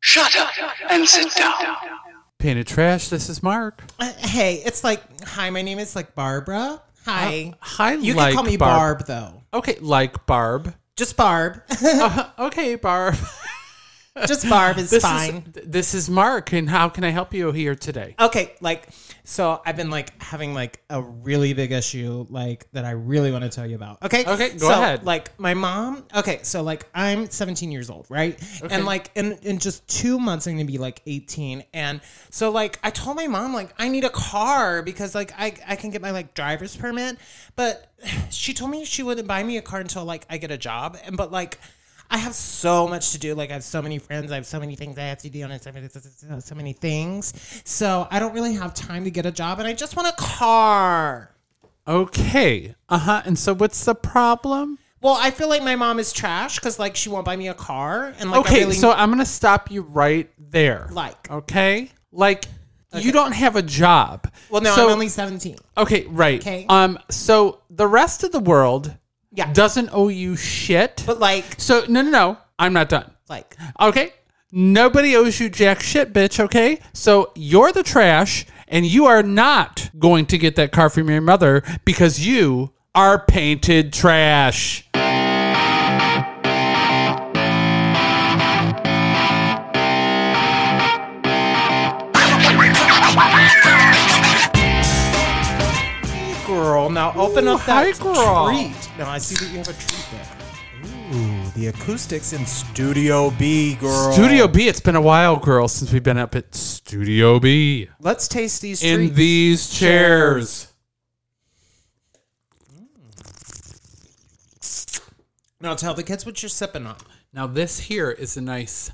Shut up and sit down. Painted Trash, this is Mark. Uh, hey, it's like, hi, my name is like Barbara. Hi. Uh, hi, You like can call me Barb. Barb, though. Okay, like Barb. Just Barb. Uh, okay, Barb. Just Barb is This fine. is th- this is Mark, and how can I help you here today? okay like so i've been like having like a really big issue like that i really want to tell you about okay Okay, go So, ahead. like my mom okay so like i'm 17 years old right and like in, in just two months i'm gonna be like 18 and so like i told my mom like i need a car because like i, I can get my like driver's permit but she told me she wouldn't buy me a car until like i get a job and but like I have so much to do. Like I have so many friends. I have so many things I have to do, and I have so many- so many things. So I don't really have time to get a job, and I just want a car. Okay, uh huh. And so, what's the problem? Well, I feel like my mom is trash because like she won't buy me a car, and like okay, I really so I'm gonna stop you right there. Like. okay, like you don't have a job. well, no, So- I'm only seventeen. okay, right. Okay. Um, so the rest of the world Yeah, doesn't owe you shit. but like, so no, no, no, I'm not done. like, Okay. Nobody owes you jack shit, bitch, okay? So you're the trash and you are not going to get that car from your mother because you are painted trash. girl, now open up hi, that girl. treat. Now I see that you have a treat there. Ooh, the acoustics in Studio B, girl. Studio B, it's been a while, girl, since we've been up at Studio B. Let's taste these In treats. these chairs. now tell the kids what you're sipping on. Now, this here is a nice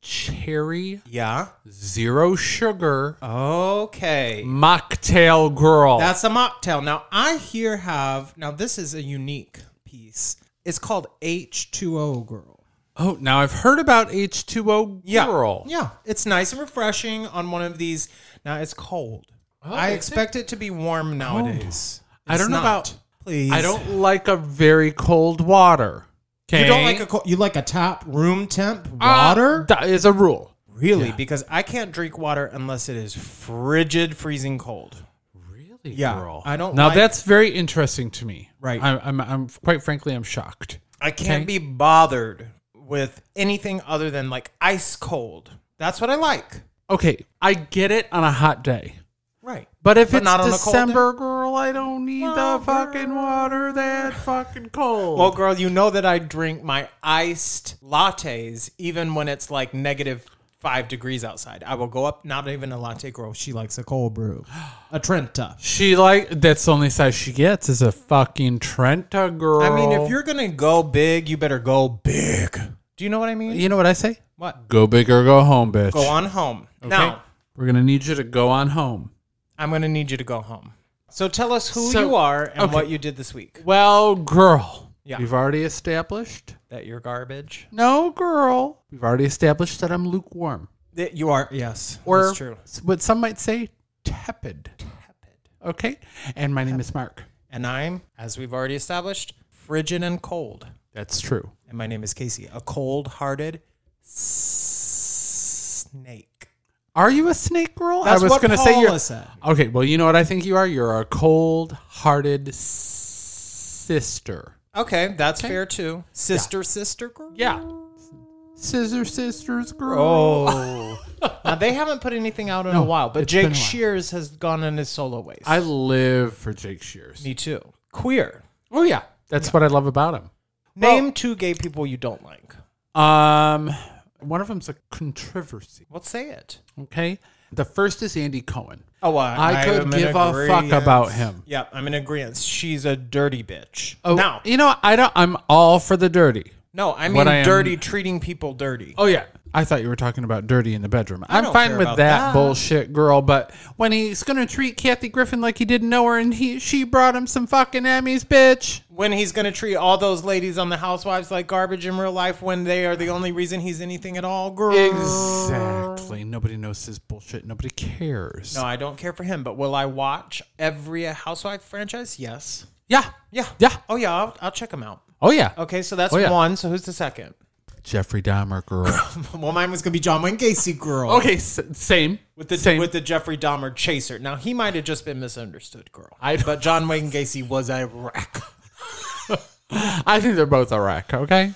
cherry Yeah. zero sugar Okay. mocktail girl. That's a mocktail. Now I here have now this is a unique piece. It's called H2O Girl. oh, now I've heard about H2O girl. Yeah. It's nice and refreshing on one of these. Now it's cold. I Oh, is it? expect it? to be warm nowadays. I don't know about- please. I don't like a very cold water. Okay? You don't like a cold, you like a top room temp Uh, water? that is a rule. really? Because I can't drink water unless it is frigid, freezing cold. Really, Yeah, I don't Now like- that's very interesting to me. Right. I, I'm, I'm quite frankly, I'm shocked. I can't Okay. be bothered with anything other than like ice cold. That's what I like. Okay, I get it on a hot day, Right. but if But it's not on a cold day? December, girl, I don't need the fucking water that fucking cold. Well, Oh, girl, you know that I drink my iced lattes even when it's like negative five degrees outside. I will go up, not even a latte girl. She likes a cold brew, a Trenta. she like that's the only size she gets is a fucking Trenta girl. I mean, if you're going to go big, you better go big. Do you know what I mean? you know what I say, What? go big or go home, bitch. Go on home. Now, We're gonna need you to go on home. I'm going to need you to go home. So tell us who So- you are and okay. what you did this week. Well, girl, Yeah. we've already established That you're garbage. No, girl. We've already established that I'm lukewarm. That you are, yes. Or that's true. what some might say, tepid. Okay? And my name is Mark. And I'm, as we've already established, frigid and cold. That's true. And my name is Casey, a cold hearted snake. Are you a snake girl? That's I was what gonna say Paula you're said. Okay, well you know what I think you are? You're a cold hearted sister. Okay, that's fair too. Sister, sister girl. Yeah. Scissor sisters girl. Oh. now they haven't put anything out in a while, but it's been a Jake while. Shears has gone in his solo ways. I live for Jake Shears. Me too. Queer. Oh yeah. That's what I love about him. Name two gay people you don't like. Um one of them's a controversy. Well, say it. Okay. The first is Andy Cohen. Oh, well, I could am in give a fuck agreeance. about him. Yeah, I'm in agreement. She's a dirty bitch. Oh, now, you know I don't. I'm all for the dirty. no, I mean what I am- dirty, treating people dirty. Oh yeah, I thought you were talking about dirty in the bedroom. I'm don't fine care with that, about that. bullshit, girl. But when he's gonna treat Kathy Griffin like he didn't know her, and he she brought him some fucking Emmys, bitch. when he's going to treat all those ladies on the housewives like garbage in real life when they are the only reason he's anything at all girl Exactly. Nobody knows his bullshit. Nobody cares. no i don't care for him but will i watch every housewife franchise yes Yeah. yeah Yeah. oh yeah i'll, I'll check him out Oh yeah. okay so that's Oh, yeah. one so who's the second Jeffrey Dahmer girl. Well, mine was gonna be John Wayne Gacy girl. okay, s- same. With the same. with the Jeffrey Dahmer chaser. Now he might have just been misunderstood, girl. I- but John Wayne Gacy was a wreck. I think they're both a wreck, okay?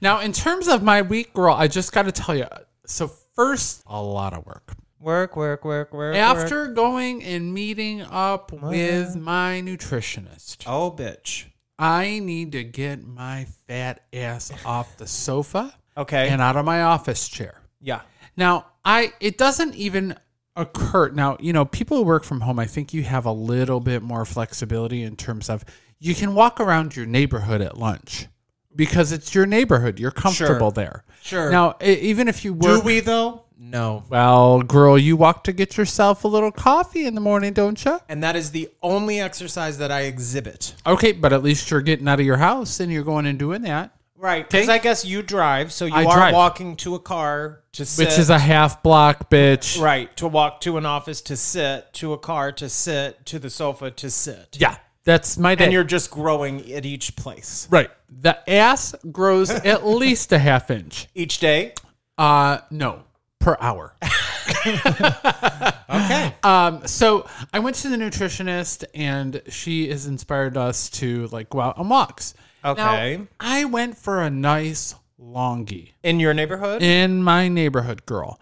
Now, in terms of my week, girl, I just got to tell you. So, first, a lot of work. Work, work, work, work. work. After going and meeting up with my nutritionist, oh, bitch. I need to get my fat ass off the sofa Okay. and out of my office chair. yeah. Now, I it doesn't even occur. Now, you know, people who work from home, I think you have a little bit more flexibility in terms of you can walk around your neighborhood at lunch because it's your neighborhood. You're comfortable there. Sure. Now, e- even if you Do work, we though? No. well, girl, you walk to get yourself a little coffee in the morning, don't you? And that is the only exercise that I exhibit. Okay, but at least you're getting out of your house and you're going and doing that, Right. Because Okay. I guess you drive, so you I are drive. walking to a car to sit. which is a half block, bitch. right to walk to an office to sit to a car to sit to the sofa to sit. Yeah, that's my day. And you're just growing at each place right. The ass grows at least a half inch. each day. Uh, no, per hour. Okay. Um, so I went to the nutritionist, and she has inspired us to like go out on walks. Now, Okay. I went for a nice longie In your neighborhood. in my neighborhood, girl.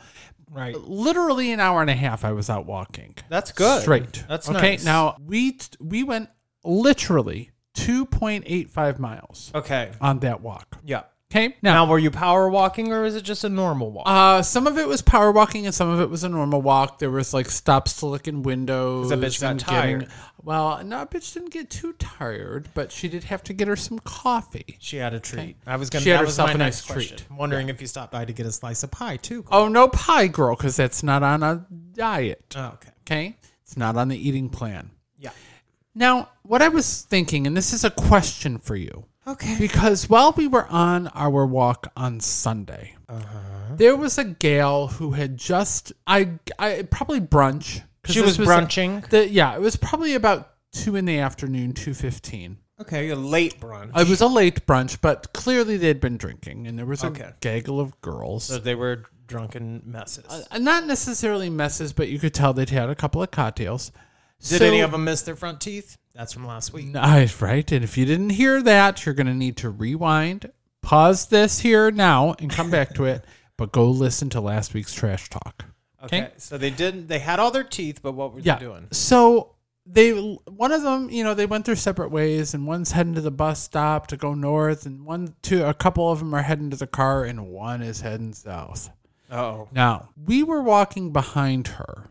right. Literally an hour and a half, I was out walking. That's good. Straight. That's okay. nice. Now we t- we went literally two point eight five miles Okay. on that walk. Yeah. Okay. Now, were you power walking or is it just a normal walk? Uh, some of it was power walking and some of it was a normal walk. There was like stops to look in windows. Because that bitch got and getting- tired. well, no, that bitch didn't get too tired, but she did have to get her some coffee. she had a treat. I was gonna. She had that was herself my a next nice treat. question. Wondering if you stopped by to get a slice of pie too. Oh no, pie girl, because that's not on a diet. Oh, okay. Okay, it's not on the eating plan. Yeah. Now, what I was thinking, and this is a question for you, Okay. because while we were on our walk on Sunday, Uh-huh. there was a gal who had just I I probably brunch. 'cause She this was brunching? the- yeah, it was probably about two in the afternoon, two fifteen. Okay. A late brunch. It was a late brunch, but clearly they had been drinking, and there was a Okay. gaggle of girls. So they were drunken messes. Uh, Not necessarily messes, but you could tell they'd had a couple of cocktails. Did So- any of them miss their front teeth? That's from last week. Nice, right? And if you didn't hear that, you're going to need to rewind, pause this here now, and come back to it. But go listen to last week's trash talk. Okay. So they didn't. They had all their teeth, but what were Yeah. they doing? So they one of them, you know, they went their separate ways, and one's heading to the bus stop to go north, and one, two, a couple of them are heading to the car, and one is heading south. Oh. Now we were walking behind her.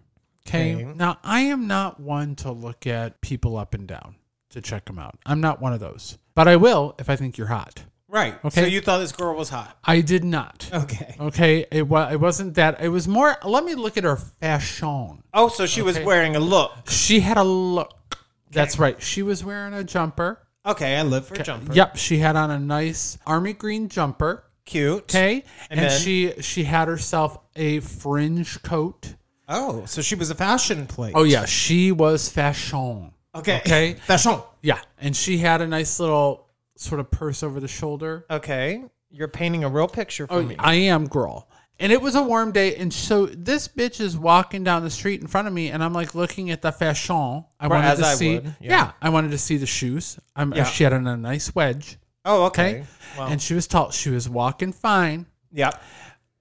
Okay. Okay. Now I am not one to look at people up and down to check them out. I'm not one of those, but I will if I think you're hot. Right. Okay. So you thought this girl was hot. I did not. Okay. Okay, it was. It wasn't that. It was more. Let me look at her fashion. Oh, so she was wearing a look. She had a look. That's right. She was wearing a jumper. Okay, I live for jumper. Yep, she had on a nice army green jumper. Cute. Okay, and, then- she she had herself a fringe coat. Oh, so she was a fashion plate. Oh yeah, she was fashion. Okay. Okay. Fashion. Yeah, and she had a nice little sort of purse over the shoulder. Okay. You're painting a real picture for me. I am girl. And it was a warm day, and so this bitch is walking down the street in front of me, and I'm like looking at the fashion. I Right, wanted as to I see, would, yeah. yeah. I wanted to see the shoes. I'm, Yeah. She had on a nice wedge, oh, okay, okay. Wow. and she was tall. She was walking fine. Yep.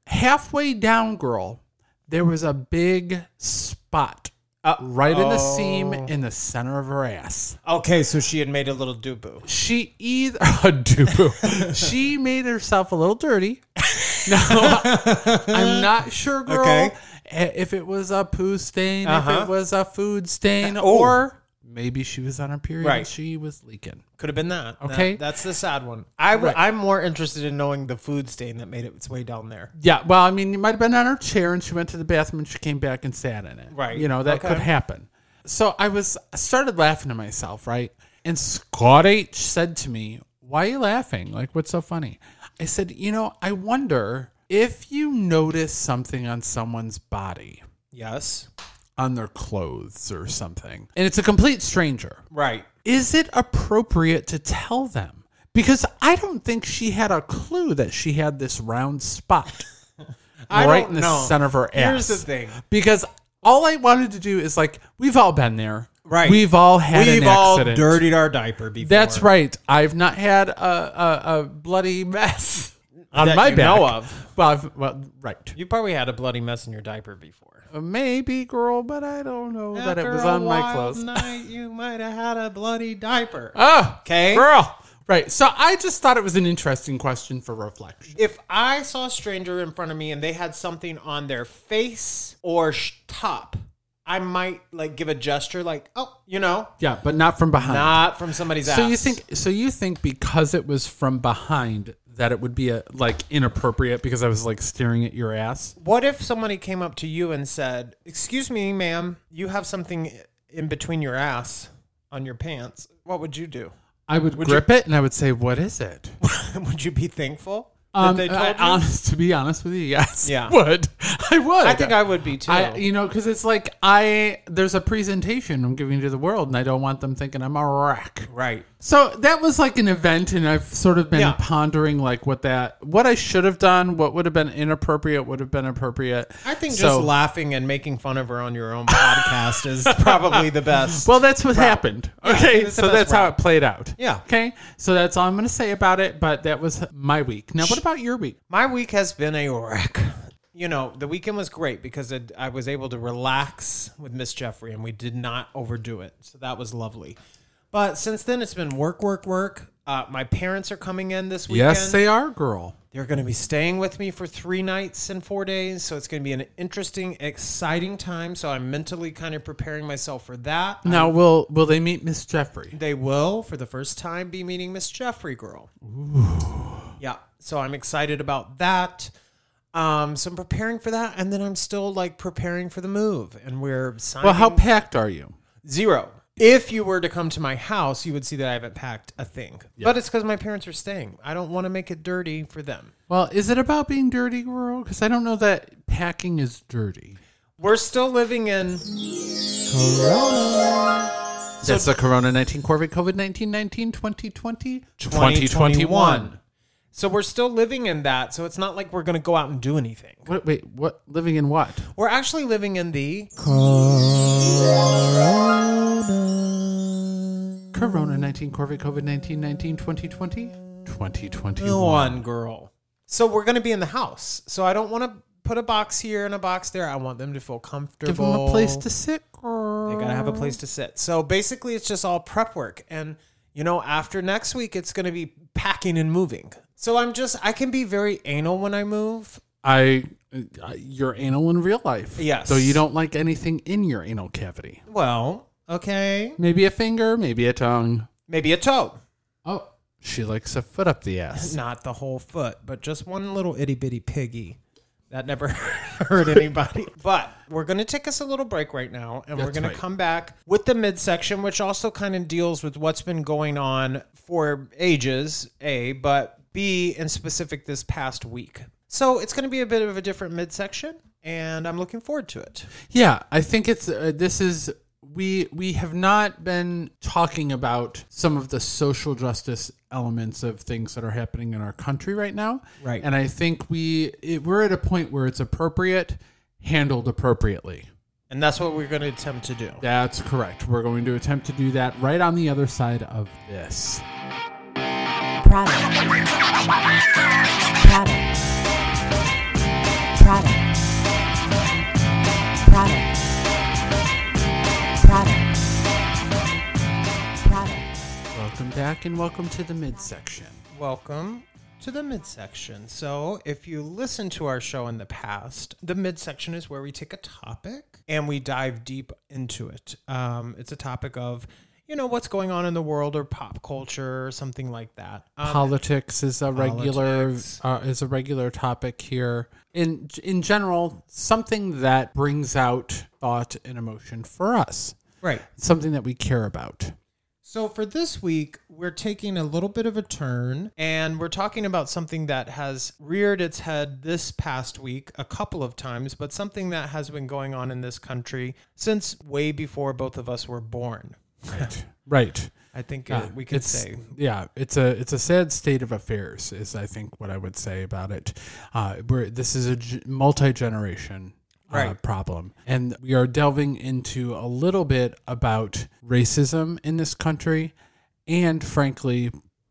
Halfway down, girl, there was a big spot Uh, right in the seam oh. in the center of her ass. Okay, so she had made a little doo boo. She either a dubu. she made herself a little dirty. No, I'm not sure, girl. Okay. eh, If it was a poo stain, if Uh-huh. it was a food stain, oh. or maybe she was on her period. and Right. She was leaking. Could have been that. That- Okay. that's the sad one. I w- I'm more interested in knowing the food stain that made its way down there. Yeah. Well, I mean, you might have been on her chair, and she went to the bathroom, and she came back and sat in it. Right. You know that Okay. could happen. So I was I started laughing to myself, right? And Scott H said to me, "Why are you laughing? Like, what's so funny?" I said, "You know, I wonder if you notice something on someone's body, Yes. on their clothes or something, and it's a complete stranger. Right. Is it appropriate to tell them?" because I don't think she had a clue that she had this round spot I right don't in the know. center of her ass. Here's the thing. Because all I wanted to do is like we've all been there. Right. We've all had We've an all accident. dirtied our diaper before. That's right. I've not had a, a, a bloody mess on That my you back. know of. Well, I've, well, right. You probably had a bloody mess in your diaper before. Maybe, girl, but I don't know that it was on my clothes. Night, you might have had a bloody diaper. Oh, Okay. girl. Right. So I just thought it was an interesting question for reflection. if I saw a stranger in front of me and they had something on their face or sh- top, I might like give a gesture, like "oh," you know, Yeah, but not from behind. not from somebody's ass. so you think? So you think because it was from behind that it would be a like inappropriate because I was like staring at your ass? What if somebody came up to you and said, "Excuse me, ma'am, you have something in between your ass on your pants." What would you do? I would, grip it and I would say, "What is it?" would you be thankful that Um, they told I- you? honest, to be honest with you, yes, Yeah. would I would. I think I would be too. I, you know, because it's like I there's a presentation I'm giving to the world, and I don't want them thinking I'm a wreck. right. So that was like an event, and I've sort of been Yeah. pondering like what that, what I should have done, what would have been inappropriate, would have been appropriate. I think just So- laughing and making fun of her on your own podcast is probably the best. Well, that's what happened. Okay, that's so the best that's how route. it played out. Yeah. Okay, so that's all I'm going to say about it. But that was my week. Now, what about your week? My week has been a wreck. You know, the weekend was great because it, I was able to relax with Miss Jeffrey and we did not overdo it. So that was lovely. But since then, it's been work, work, work. Uh, my parents are coming in this weekend. Yes, they are, girl. They're going to be staying with me for three nights and four days. So it's going to be an interesting, exciting time. So I'm mentally kind of preparing myself for that. Now, will will they meet Miss Jeffrey? They will, for the first time, be meeting Miss Jeffrey Girl. Yeah, so I'm excited about that. Um, so I'm preparing for that, and then I'm still like preparing for the move. And we're signing Well, how packed are you? zero. If you were to come to my house, you would see that I haven't packed a thing. But it's because my parents are staying. I don't want to make it dirty for them. Well, is it about being dirty, girl? Because I don't know that packing is dirty. We're still living in That's the Corona 19 Corvid COVID 19 19 2020 2021. So we're still living in that. So it's not like we're going to go out and do anything. What, wait, what? Living in what? We're actually living in the Corona 19 Corvid COVID 19 19 2020 2021. one girl. So we're going to be in the house. So I don't want to put a box here and a box there. I want them to feel comfortable. Give them a place to sit, girl. They got to have a place to sit. So basically, it's just all prep work. And, you know, after next week, it's going to be packing and moving. So I'm just, I can be very anal when I move. I, I, you're anal in real life. Yes. So you don't like anything in your anal cavity. Well, okay. Maybe a finger, maybe a tongue. Maybe a toe. Oh, she likes a foot up the ass. Not the whole foot, but just one little itty bitty piggy. That never hurt anybody. But we're going to take us a little break right now, and we're That's going right. to come back with the midsection, which also kind of deals with what's been going on for ages, A, but B, in specific this past week. So it's going to be a bit of a different midsection, and I'm looking forward to it. Yeah, I think it's uh, this is we we have not been talking about some of the social justice elements of things that are happening in our country right now. Right. And I think we it, we're at a point where it's appropriate handled appropriately. And that's what we're going to attempt to do. That's correct. We're going to attempt to do that right on the other side of this. Product. Product. Product. Product. Product. Product. Welcome back and welcome to the midsection. Welcome to the midsection. So, if you listen to our show in the past, the midsection is where we take a topic and we dive deep into it. Um, it's a topic of, you know, what's going on in the world or pop culture or something like that. Um, politics is a regular Politics. uh, is a regular topic here in in general something that brings out thought and emotion for us right. something that we care about So, for this week, we're taking a little bit of a turn and we're talking about something that has reared its head this past week a couple of times, but something that has been going on in this country since way before both of us were born. Right. Right. I think Yeah, uh, we could it's, say yeah, it's a it's a sad state of affairs, is I think what I would say about it. Uh, we're, this is a multi generation uh, Right. problem, and we are delving into a little bit about racism in this country, and frankly,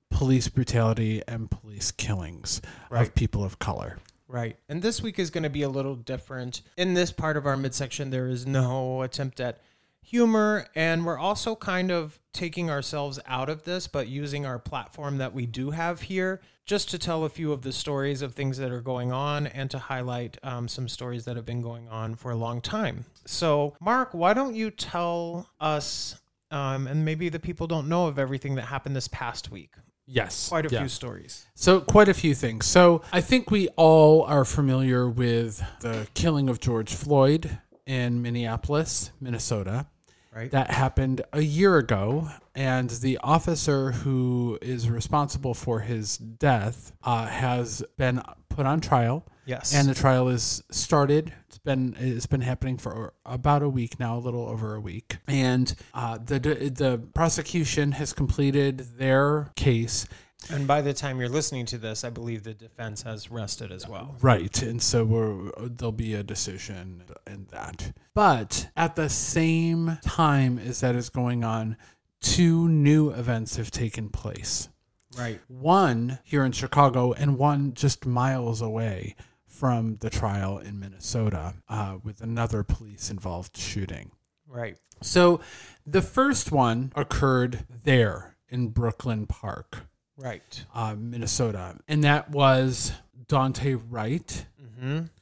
police brutality and police killings of Right. people of color. Right. And this week is going to be a little different. In this part of our midsection, there is no attempt at humor. And we're also kind of taking ourselves out of this, but using our platform that we do have here just to tell a few of the stories of things that are going on and to highlight um, some stories that have been going on for a long time. So, Mark, why don't you tell us? Um, and maybe the people don't know of everything that happened this past week. Yes, Quite a yeah. few stories. So, quite a few things. So, I think we all are familiar with the killing of George Floyd in Minneapolis, Minnesota. Right. That happened a year ago. And the officer who is responsible for his death uh, has been put on trial. Yes. And the trial is started. It's been it's been happening for about a week now, a little over a week. And uh, the the prosecution has completed their case And by the time you're listening to this, I believe the defense has rested as well. Right. And so we're, there'll be a decision in that. But at the same time as that is going on, two new events have taken place. Right. One here in Chicago and one just miles away from the trial in Minnesota uh, with another police involved shooting. Right. So the first one occurred there in Brooklyn Park Right. uh, Minnesota, and that was Dante Wright,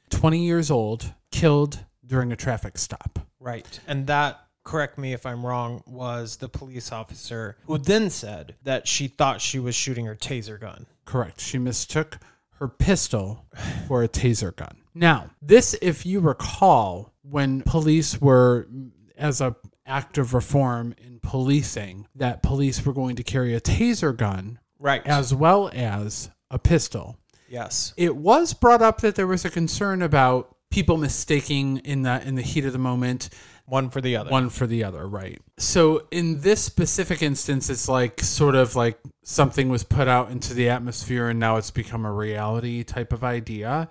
20 years old, killed during a traffic stop. Right. And that, correct me if I'm wrong, was the police officer who then said that she thought she was shooting her taser gun. Correct. She mistook her pistol for a taser gun. Now, this, if you recall, when police were as a act of reform in policing, that police were going to carry a taser gun Right. as well as a pistol. yes. it was brought up that there was a concern about people mistaking in the in the heat of the moment One for the other. one for the other right so in this specific instance it's like sort of like something was put out into the atmosphere and now it's become a reality type of idea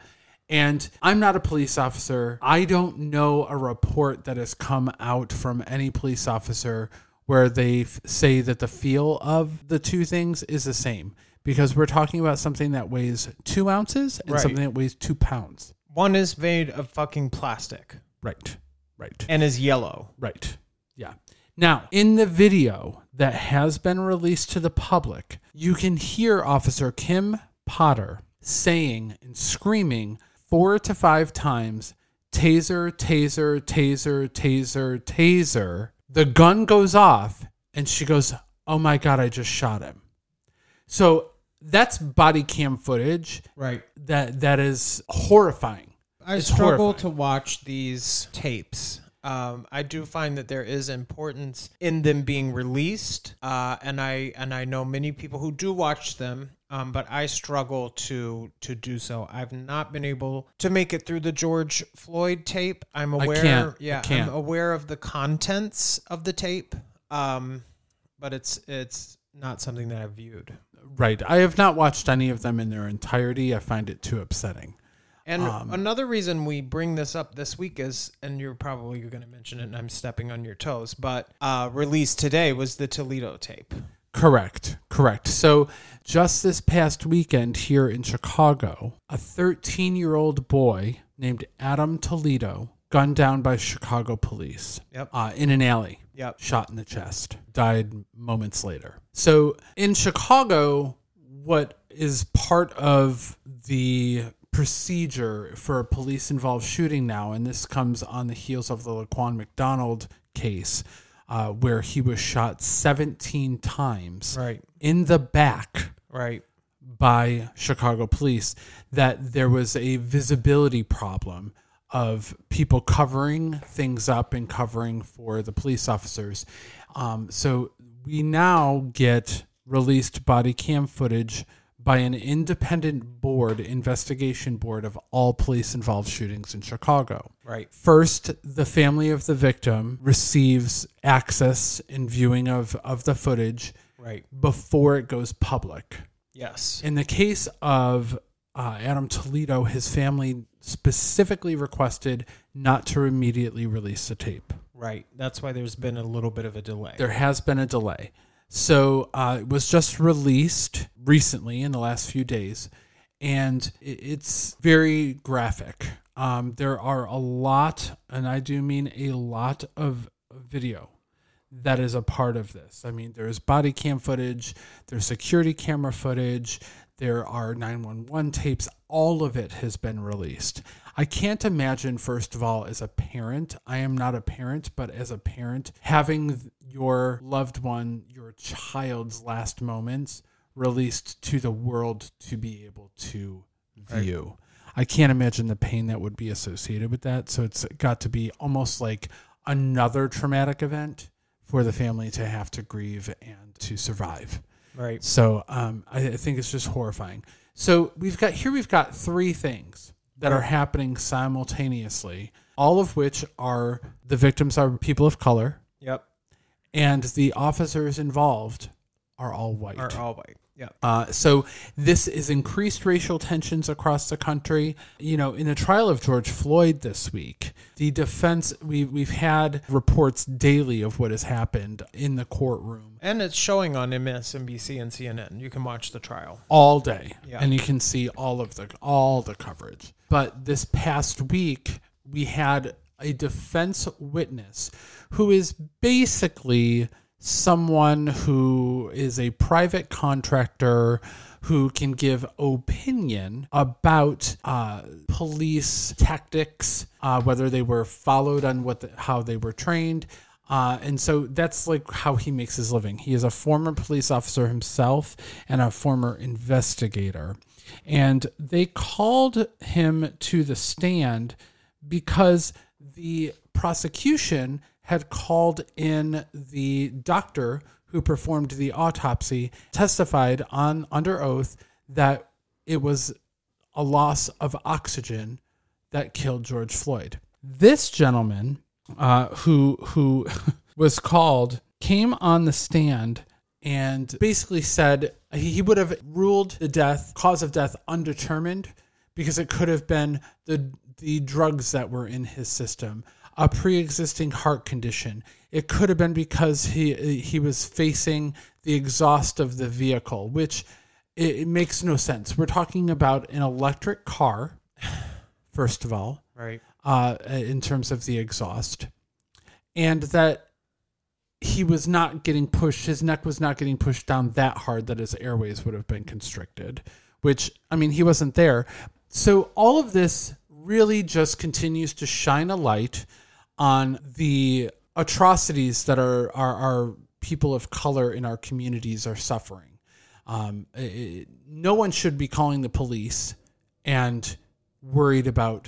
and I'm not a police officer. I don't know a report that has come out from any police officer where they f- say that the feel of the two things is the same because we're talking about something that weighs two ounces and Right. something that weighs two pounds. One is made of fucking plastic Right. Right. and is yellow. Right. Yeah. Now, in the video that has been released to the public, you can hear Officer Kim Potter saying and screaming four to five times taser, taser, taser, taser, taser. The gun goes off, and she goes, Oh my God, I just shot him. So that's body cam footage Right. that that is horrifying. I It's struggle horrifying. to watch these tapes. Um, I do find that there is importance in them being released, uh, and I and I know many people who do watch them, um, but I struggle to to do so. I've not been able to make it through the George Floyd tape. I'm aware, can't. I yeah, can't. I'm aware of the contents of the tape, um, but it's it's not something that I've viewed. Right. I have not watched any of them in their entirety. I find it too upsetting. And another reason we bring this up this week is, and you're probably going to mention it, and I'm stepping on your toes, but uh, released today was the Toledo tape. Correct. Correct. So, just this past weekend here in Chicago, a 13 year old boy named Adam Toledo gunned down by Chicago police Yep. uh, in an alley. Yep. Shot in the chest. Died moments later. So, in Chicago, what is part of the procedure for a police involved shooting now, and this comes on the heels of the Laquan McDonald case, uh, where he was shot 17 times Right, in the back right, by Chicago police, that there was a visibility problem of people covering things up and covering for the police officers. Um, so we now get released body cam footage by an independent board investigation board of all police involved shootings in Chicago. Right. First, the family of the victim receives access and viewing of, of the footage Right. before it goes public. Yes. In the case of uh, Adam Toledo, his family specifically requested not to immediately release the tape. Right. That's why there's been a little bit of a delay. There has been a delay. So uh, it was just released recently in the last few days, and i- it's very graphic. Um, there are a lot, and I do mean a lot of video that is a part of this. I mean, there's body cam footage, there's security camera footage, there are 911 tapes. All of it has been released. I can't imagine, first of all, as a parent, I am not a parent, but as a parent, having your loved one, your child's last moments released to the world to be able to view. I can't imagine the pain that would be associated with that. So it's got to be almost like another traumatic event for the family to have to grieve and to survive. Right. So um, I, I think it's just horrifying. So we've got here we've got three things that are happening simultaneously, all of which are the victims are people of color, Yep. and the officers involved are all white. Are all white. Yep. Uh, so this is increased racial tensions across the country. You know, in the trial of George Floyd this week, the defense we we've had reports daily of what has happened in the courtroom And it's showing on MSNBC and CNN. You can watch the trial. all day, Yeah. and you can see all of the all the coverage. But this past week, we had a defense witness who is basically someone who is a private contractor who can give opinion about uh, police tactics, uh, whether they were followed on what the, how they were trained. Uh, and so that's like how he makes his living. He is a former police officer himself and a former investigator. And they called him to the stand because the prosecution had called in the doctor who performed the autopsy, testified on under oath that it was a loss of oxygen that killed George Floyd. This gentleman, uh, who who was called, came on the stand and basically said he he would have ruled the death cause of death undetermined because it could have been the the drugs that were in his system, a pre-existing heart condition. It could have been because he he was facing the exhaust of the vehicle, which it, it makes no sense. We're talking about an electric car, first of all, Right. uh, in terms of the exhaust, and that he was not getting pushed. His neck was not getting pushed down that hard that his airways would have been constricted. Which I mean, he wasn't there. So all of this really just continues to shine a light on the atrocities that our our, our people of color in our communities are suffering. Um, it- it- no one should be calling the police and worried about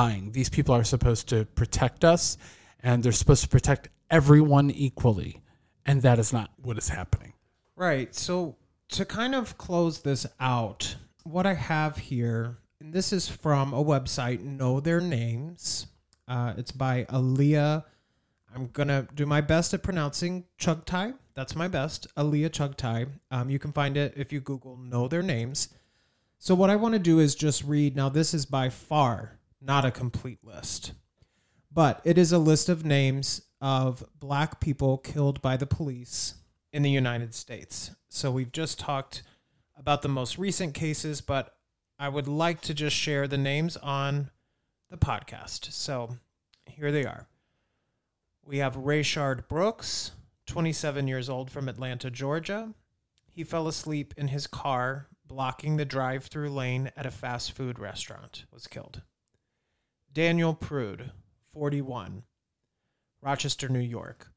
dying. These people are supposed to protect us and they're supposed to protect everyone equally. And that is not what is happening. Right. So to kind of close this out, what I have here, and this is from a website, Know Their Names. Uh, it's by Aaliyah. I'm going to do my best at pronouncing Chugtai. That's my best, Aaliyah Chugtai. Um, you can find it if you Google Know Their Names. So what I want to do is just read. Now, this is by far not a complete list but it is a list of names of black people killed by the police in the United States. So we've just talked about the most recent cases, but I would like to just share the names on the podcast. So here they are. We have Rayshard Brooks, 27 years old from Atlanta, Georgia. He fell asleep in his car, blocking the drive-through lane at a fast food restaurant, was killed. Daniel Prude, 41, Rochester, New York.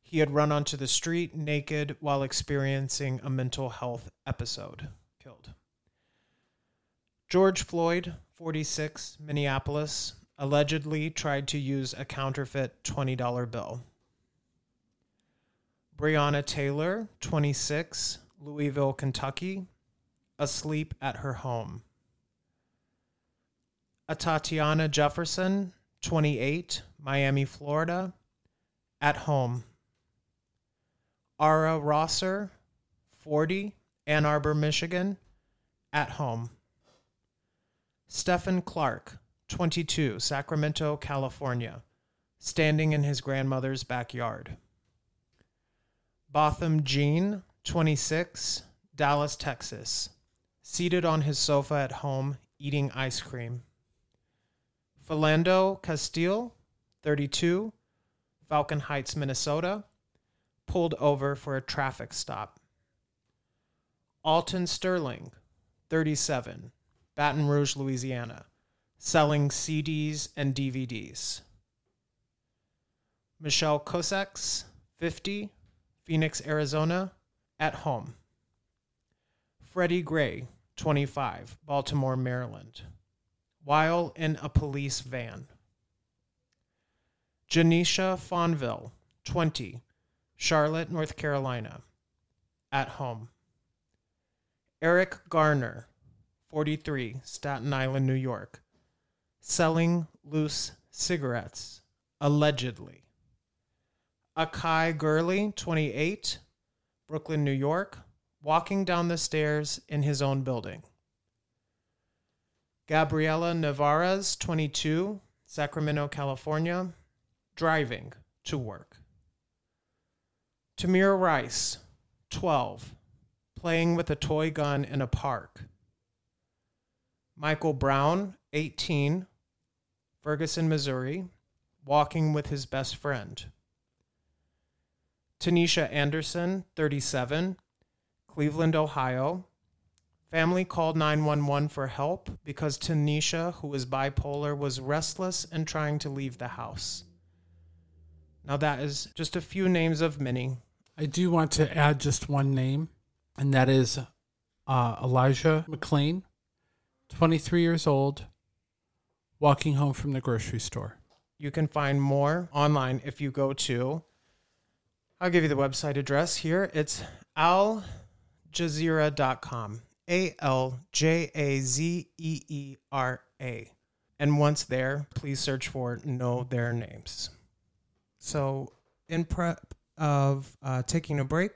He had run onto the street naked while experiencing a mental health episode. Killed. George Floyd, 46, Minneapolis, allegedly tried to use a counterfeit $20 bill. Breonna Taylor, 26, Louisville, Kentucky, asleep at her home. A Tatiana Jefferson, 28, Miami, Florida, at home. Ara Rosser, 40, Ann Arbor, Michigan, at home. Stephen Clark, 22, Sacramento, California, standing in his grandmother's backyard. Botham Jean, 26, Dallas, Texas, seated on his sofa at home eating ice cream. Philando Castile, 32, Falcon Heights, Minnesota, pulled over for a traffic stop. Alton Sterling, 37, Baton Rouge, Louisiana, selling CDs and DVDs. Michelle Kosaks, 50, Phoenix, Arizona, at home. Freddie Gray, 25, Baltimore, Maryland, while in a police van. Janisha Fonville, 20, Charlotte, North Carolina, at home. Eric Garner, 43, Staten Island, New York, selling loose cigarettes, allegedly. Akai Gurley, 28, Brooklyn, New York, walking down the stairs in his own building. Gabriela Navarez, 22, Sacramento, California, driving to work. Tamir Rice, 12, playing with a toy gun in a park. Michael Brown, 18, Ferguson, Missouri, walking with his best friend. Tanisha Anderson, 37, Cleveland, Ohio. Family called 911 for help because Tanisha, who is bipolar, was restless and trying to leave the house. Now, that is just a few names of many. I do want to add just one name, and that is uh, Elijah McLean, 23 years old, walking home from the grocery store. You can find more online if you go to, I'll give you the website address here. It's aljazeera.com. A L J A Z E E R A. And once there, please search for Know Their Names. So, in prep of uh, taking a break,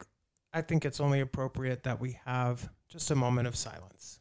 I think it's only appropriate that we have just a moment of silence.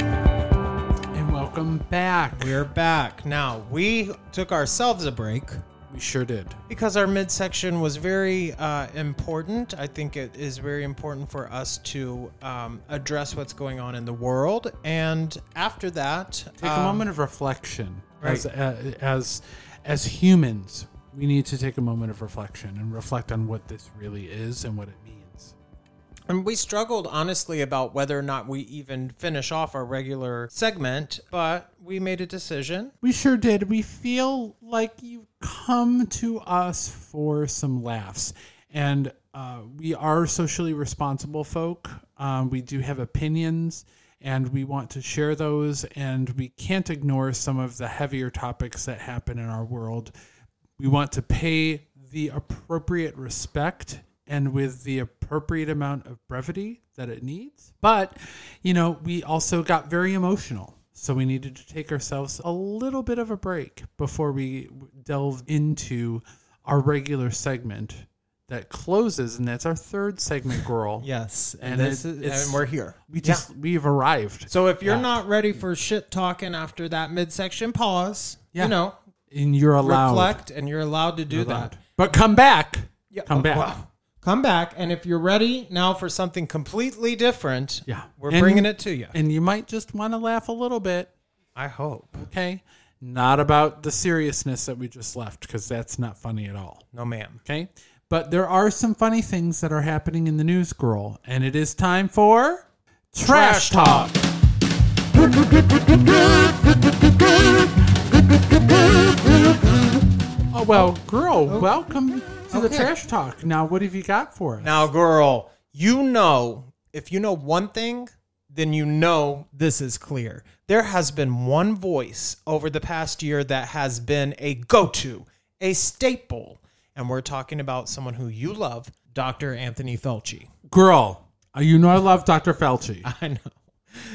And welcome back. We're back. Now, we took ourselves a break. We sure did. because our midsection was very uh, important. I think it is very important for us to um, address what's going on in the world. And after that, Take um, a moment of reflection. Right. As, uh, as as humans, we need to take a moment of reflection and reflect on what this really is and what it means. And we struggled honestly about whether or not we even finish off our regular segment, but we made a decision. We sure did. We feel like you've come to us for some laughs. And uh, we are socially responsible folk. Um, we do have opinions and we want to share those. And we can't ignore some of the heavier topics that happen in our world. We want to pay the appropriate respect and with the appropriate amount of brevity that it needs. But, you know, we also got very emotional. So we needed to take ourselves a little bit of a break before we delve into our regular segment that closes. And that's our third segment, girl. Yes, And this it- is- it's- and we're here. We just, we've arrived. So if you're not ready for shit talking after that midsection, pause. Yeah. You know, And you're allowed. reflect, and you're allowed to do Allowed. that. But come back. Yeah, Oh, Come back. well, Come back, and if you're ready now for something completely different, Yeah. we're And- bringing it to you. And you might just want to laugh a little bit, I hope. okay? Not about the seriousness that we just left, because that's not funny at all. No, ma'am. Okay. But there are some funny things that are happening in the news, girl. And it is time for Trash Talk. Oh, well, girl, welcome to the Okay. Trash Talk. Now, what have you got for us? Now, girl, you know, if you know one thing, then you know this is clear. There has been one voice over the past year that has been a go to, a staple. And we're talking about someone who you love, Dr. Anthony Felci. Girl, uh, you know I love Dr. Felci. I know.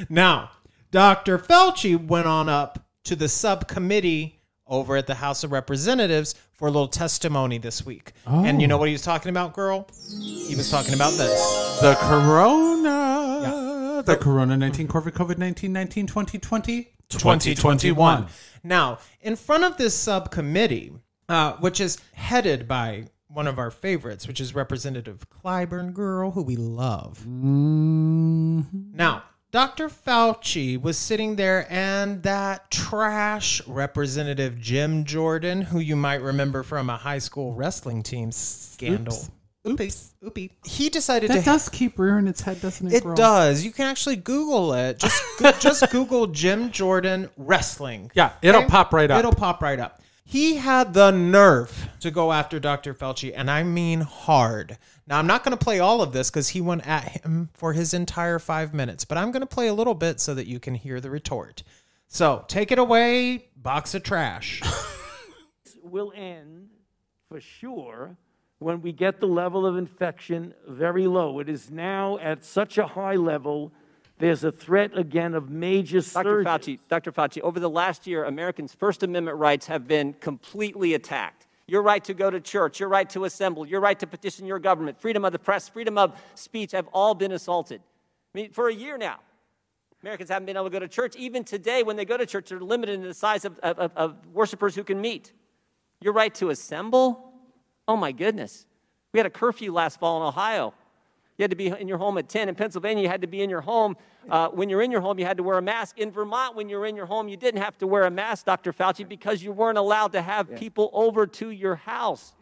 Now, Dr. Felci went on up to the subcommittee over at the House of Representatives for a little testimony this week. And you know what he was talking about, girl? He was talking about this. The Corona. The Corona 19, Corvid, COVID 19, 19, 2020, 2021. Now, in front of this subcommittee, uh, which is headed by one of our favorites, which is Representative Clyburn Girl, who we love. Mm-hmm. Now, Dr. Fauci was sitting there, and that trash representative Jim Jordan, who you might remember from a high school wrestling team scandal. Oops. Oopie. He decided to That does keep rearing its head, doesn't it? it girl? does. You can actually Google it. Just go- just Google Jim Jordan wrestling. Yeah, it'll pop right up. It'll pop right up. He had the nerve to go after Dr. Fauci, and I mean hard. Now I'm not going to play all of this because he went at him for his entire five minutes, but I'm going to play a little bit so that you can hear the retort. So take it away, box of trash. will end for sure when we get the level of infection very low. It is now at such a high level, there's a threat again of major Dr. surges. Fauci, Dr. Fauci, over the last year, Americans' First Amendment rights have been completely attacked. Your right to go to church, your right to assemble, your right to petition your government, freedom of the press, freedom of speech have all been assaulted. I mean, for a year now, Americans haven't been able to go to church. Even today, when they go to church, they're limited in the size of, of, of- of worshipers who can meet. Your right to assemble? Oh my goodness. We had a curfew last fall in Ohio. You had to be in your home at 10. In Pennsylvania, you had to be in your home. Uh, when you're in your home, you had to wear a mask. In Vermont, when you were in your home, you didn't have to wear a mask, Dr. Fauci, because you weren't allowed to have people over to your house.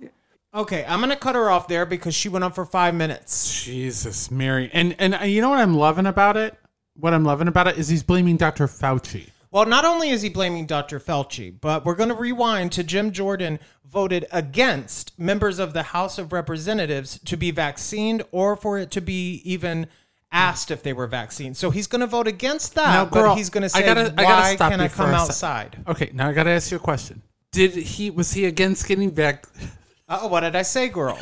okay, I'm going to cut her off there because she went on for five minutes. Jesus, Mary, and and uh, you know what I'm loving about it? What I'm loving about it is he's blaming Dr. Fauci. Well, not only is he blaming Dr. Fauci, but we're going to rewind to Jim Jordan voted against members of the House of Representatives to be vaccinated or for it to be even asked if they were vaccinated. So he's going to vote against that, Now, girl, but he's going to I say, gotta- I "Why gotta stop can you I for come a sec." outside?" Okay, now I got to ask you a question. Did he was he against getting vac? Oh, what did I say, girl?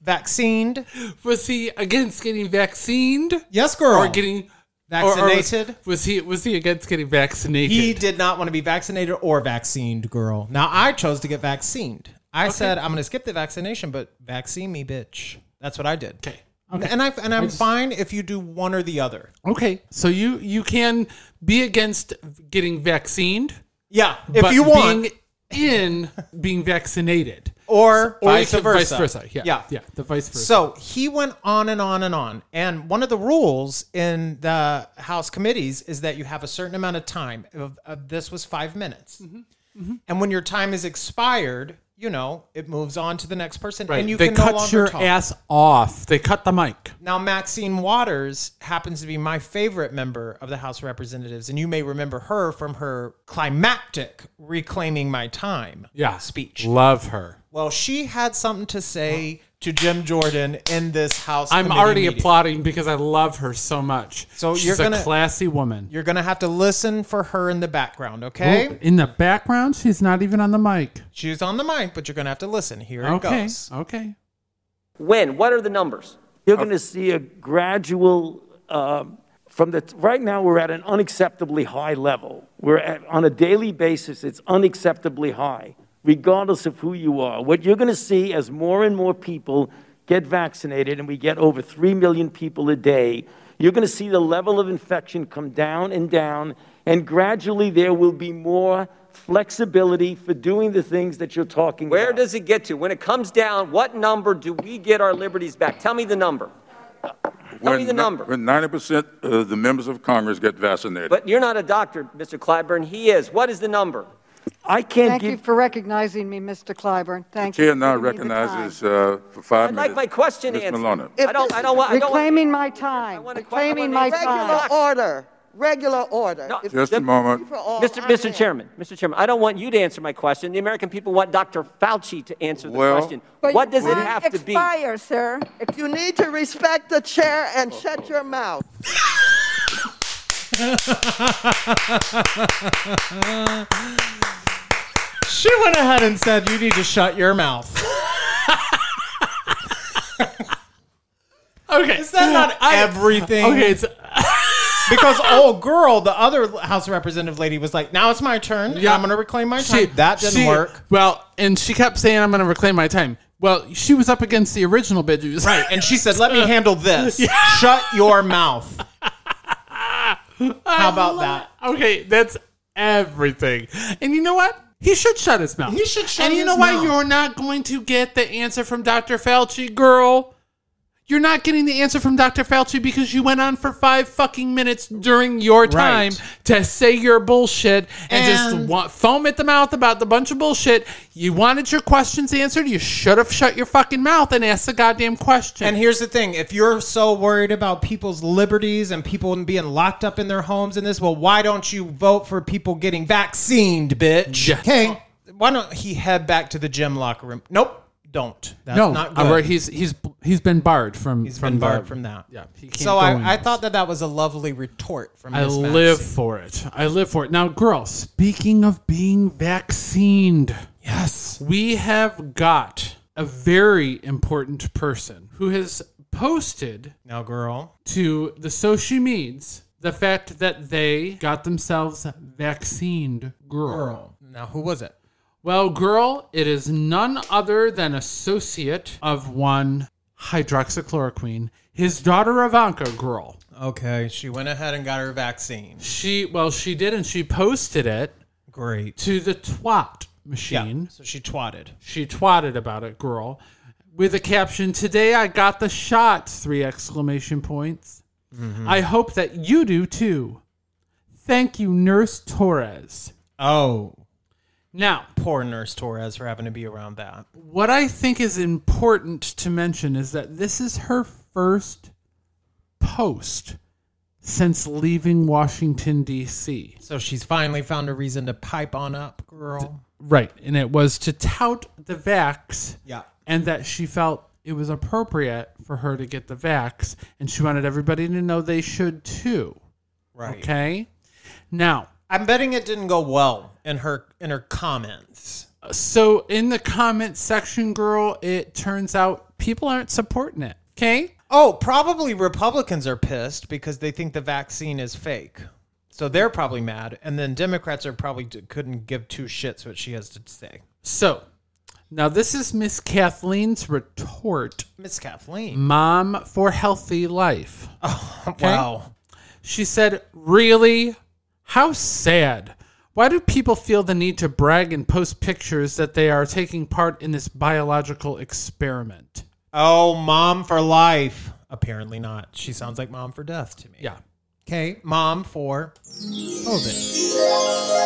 Vaccinated? Was he against getting vaccinated Yes, girl. or getting or- or was- Vaccinated? was he was he against getting vaccinated? he did not want to be vaccinated or vaccinated, girl. Now I chose to get vaccinated. I said I'm going to skip the vaccination, but vaccine me, bitch. That's what I did. Okay. And I and I'm fine if you do one or the other. okay, so you you can be against getting vaccinated Yeah, if but you want, being in being vaccinated or, Or you vice can- versa. Vice versa. Yeah, yeah, yeah, the vice versa. So he went on and on and on. And one of the rules in the House committees is that you have a certain amount of time. Of, of- this was five minutes. Mm-hmm. And when your time is expired, you know it moves on to the next person, and you they can cut no longer your talk. ass off. They cut the mic. Now, Maxine Waters happens to be my favorite member of the House of Representatives, and you may remember her from her climactic Reclaiming My Time speech. Love her. Well, she had something to say to Jim Jordan in this House. I'm committee already meeting. applauding because I love her so much. So She's you're a gonna- classy woman. Oh, You're going to have to listen for her in the background, okay? In the background, she's not even on the mic. She's on the mic, but you're going to have to listen. Here it okay. goes. Okay. When? What are the numbers? You're going to see a gradual, um, from the, right now, we're at an unacceptably high level. We're at, on a daily basis, it's unacceptably high, regardless of who you are. What you're going to see as more and more people get vaccinated, and we get over 3 million people a day, you're going to see the level of infection come down and down, and gradually there will be more flexibility for doing the things that you're talking Where about. does it get to? When it comes down, what number do we get our liberties back? Tell me the number. Tell me the number. When 90% of the members of Congress get vaccinated. But you're not a doctor, Mr. Clyburn. He is. What is the number? I can't Thank give you for recognizing me, Mr. Clyburn. Thank you. Chair for now giving me the time. recognizes uh, for five I'd like minutes. my question Ms. answered. Maloney. I don't. I don't want. I don't want- Reclaiming my I time. wanna- I Reclaiming my wanna- time. Regular order. Regular order. No. If- Just a moment. for all Mr. I'm Mr. in. Chairman, Mr. Chairman, I don't want you to answer my question. The American people want Dr. Fauci to answer the Well- question. But What your does it time have to be? Expire, sir. You need to respect the chair and shut your mouth. She went ahead and said, "You need to shut your mouth." Okay. Is that not everything? Okay, it's because old girl, the other House representative lady, was like, "Now it's my turn. Yeah, I'm going to reclaim my time." that didn't she- work. Well, and she kept saying, "I'm going to reclaim my time." Well, she was up against the original bitches, Right, and she said, "Let me handle this. Shut your mouth." How about that? Okay, that's everything. And you know what? He should shut his mouth. He should shut And you his know mouth. why you're not going to get the answer from Dr. Fauci, girl? You're not getting the answer from Dr. Fauci because you went on for five fucking minutes during your time Right. to say your bullshit and, just And- wa- foam at the mouth about the bunch of bullshit. You wanted your questions answered. You should have shut your fucking mouth and asked the goddamn question. And here's the thing: if you're so worried about people's liberties and people being locked up in their homes and this, well, why don't you vote for people getting vaccinated, bitch? Yeah. Okay. Why don't he head back to the gym locker room? Nope, don't. That's no, not uh, good. where he's he's he's been barred from He's from been the- barred from that. Yeah, he can't So go I, in. I thought that that was a lovely retort from. I Miss Maxey. live for it. I live for it. Now, girl, speaking of being vaccinated, Yes. we have got a very important person who has posted Now, girl. to the social meds the fact that they got themselves vaccinated, girl. Girl. Now, who was it? Well, girl, it is none other than associate of one hydroxychloroquine, his daughter Ivanka, girl. Okay, she went ahead and got her vaccine. She, well, she did, and she posted it Great. to the twat Yeah. machine. So she twatted. She twatted about it, girl, with a caption, Today I got the shot, three exclamation points. I hope that you do too. Thank you, Nurse Torres. Oh, Now, poor Nurse Torres for having to be around that. what I think is important to mention is that this is her first post since leaving Washington, D.C. So she's finally found a reason to pipe on up, girl. Right. And it was to tout the vax. Yeah. And that she felt it was appropriate for her to get the vax. And she wanted everybody to know they should too. Right. Okay. Now, I'm betting it didn't go well in her in her comments. so in the comment section, girl, it turns out people aren't supporting it. Okay. Oh, probably Republicans are pissed because they think the vaccine is fake. So they're probably mad, and then Democrats are probably d- couldn't give two shits what she has to say. So now this is Miss Kathleen's retort Miss Kathleen. Mom for Healthy Life. Mm, Wow. She said, Really? How sad. Why do people feel the need to brag and post pictures that they are taking part in this biological experiment? Oh, mom for life. Apparently not. She sounds like mom for death to me. Yeah. Okay, mom for COVID.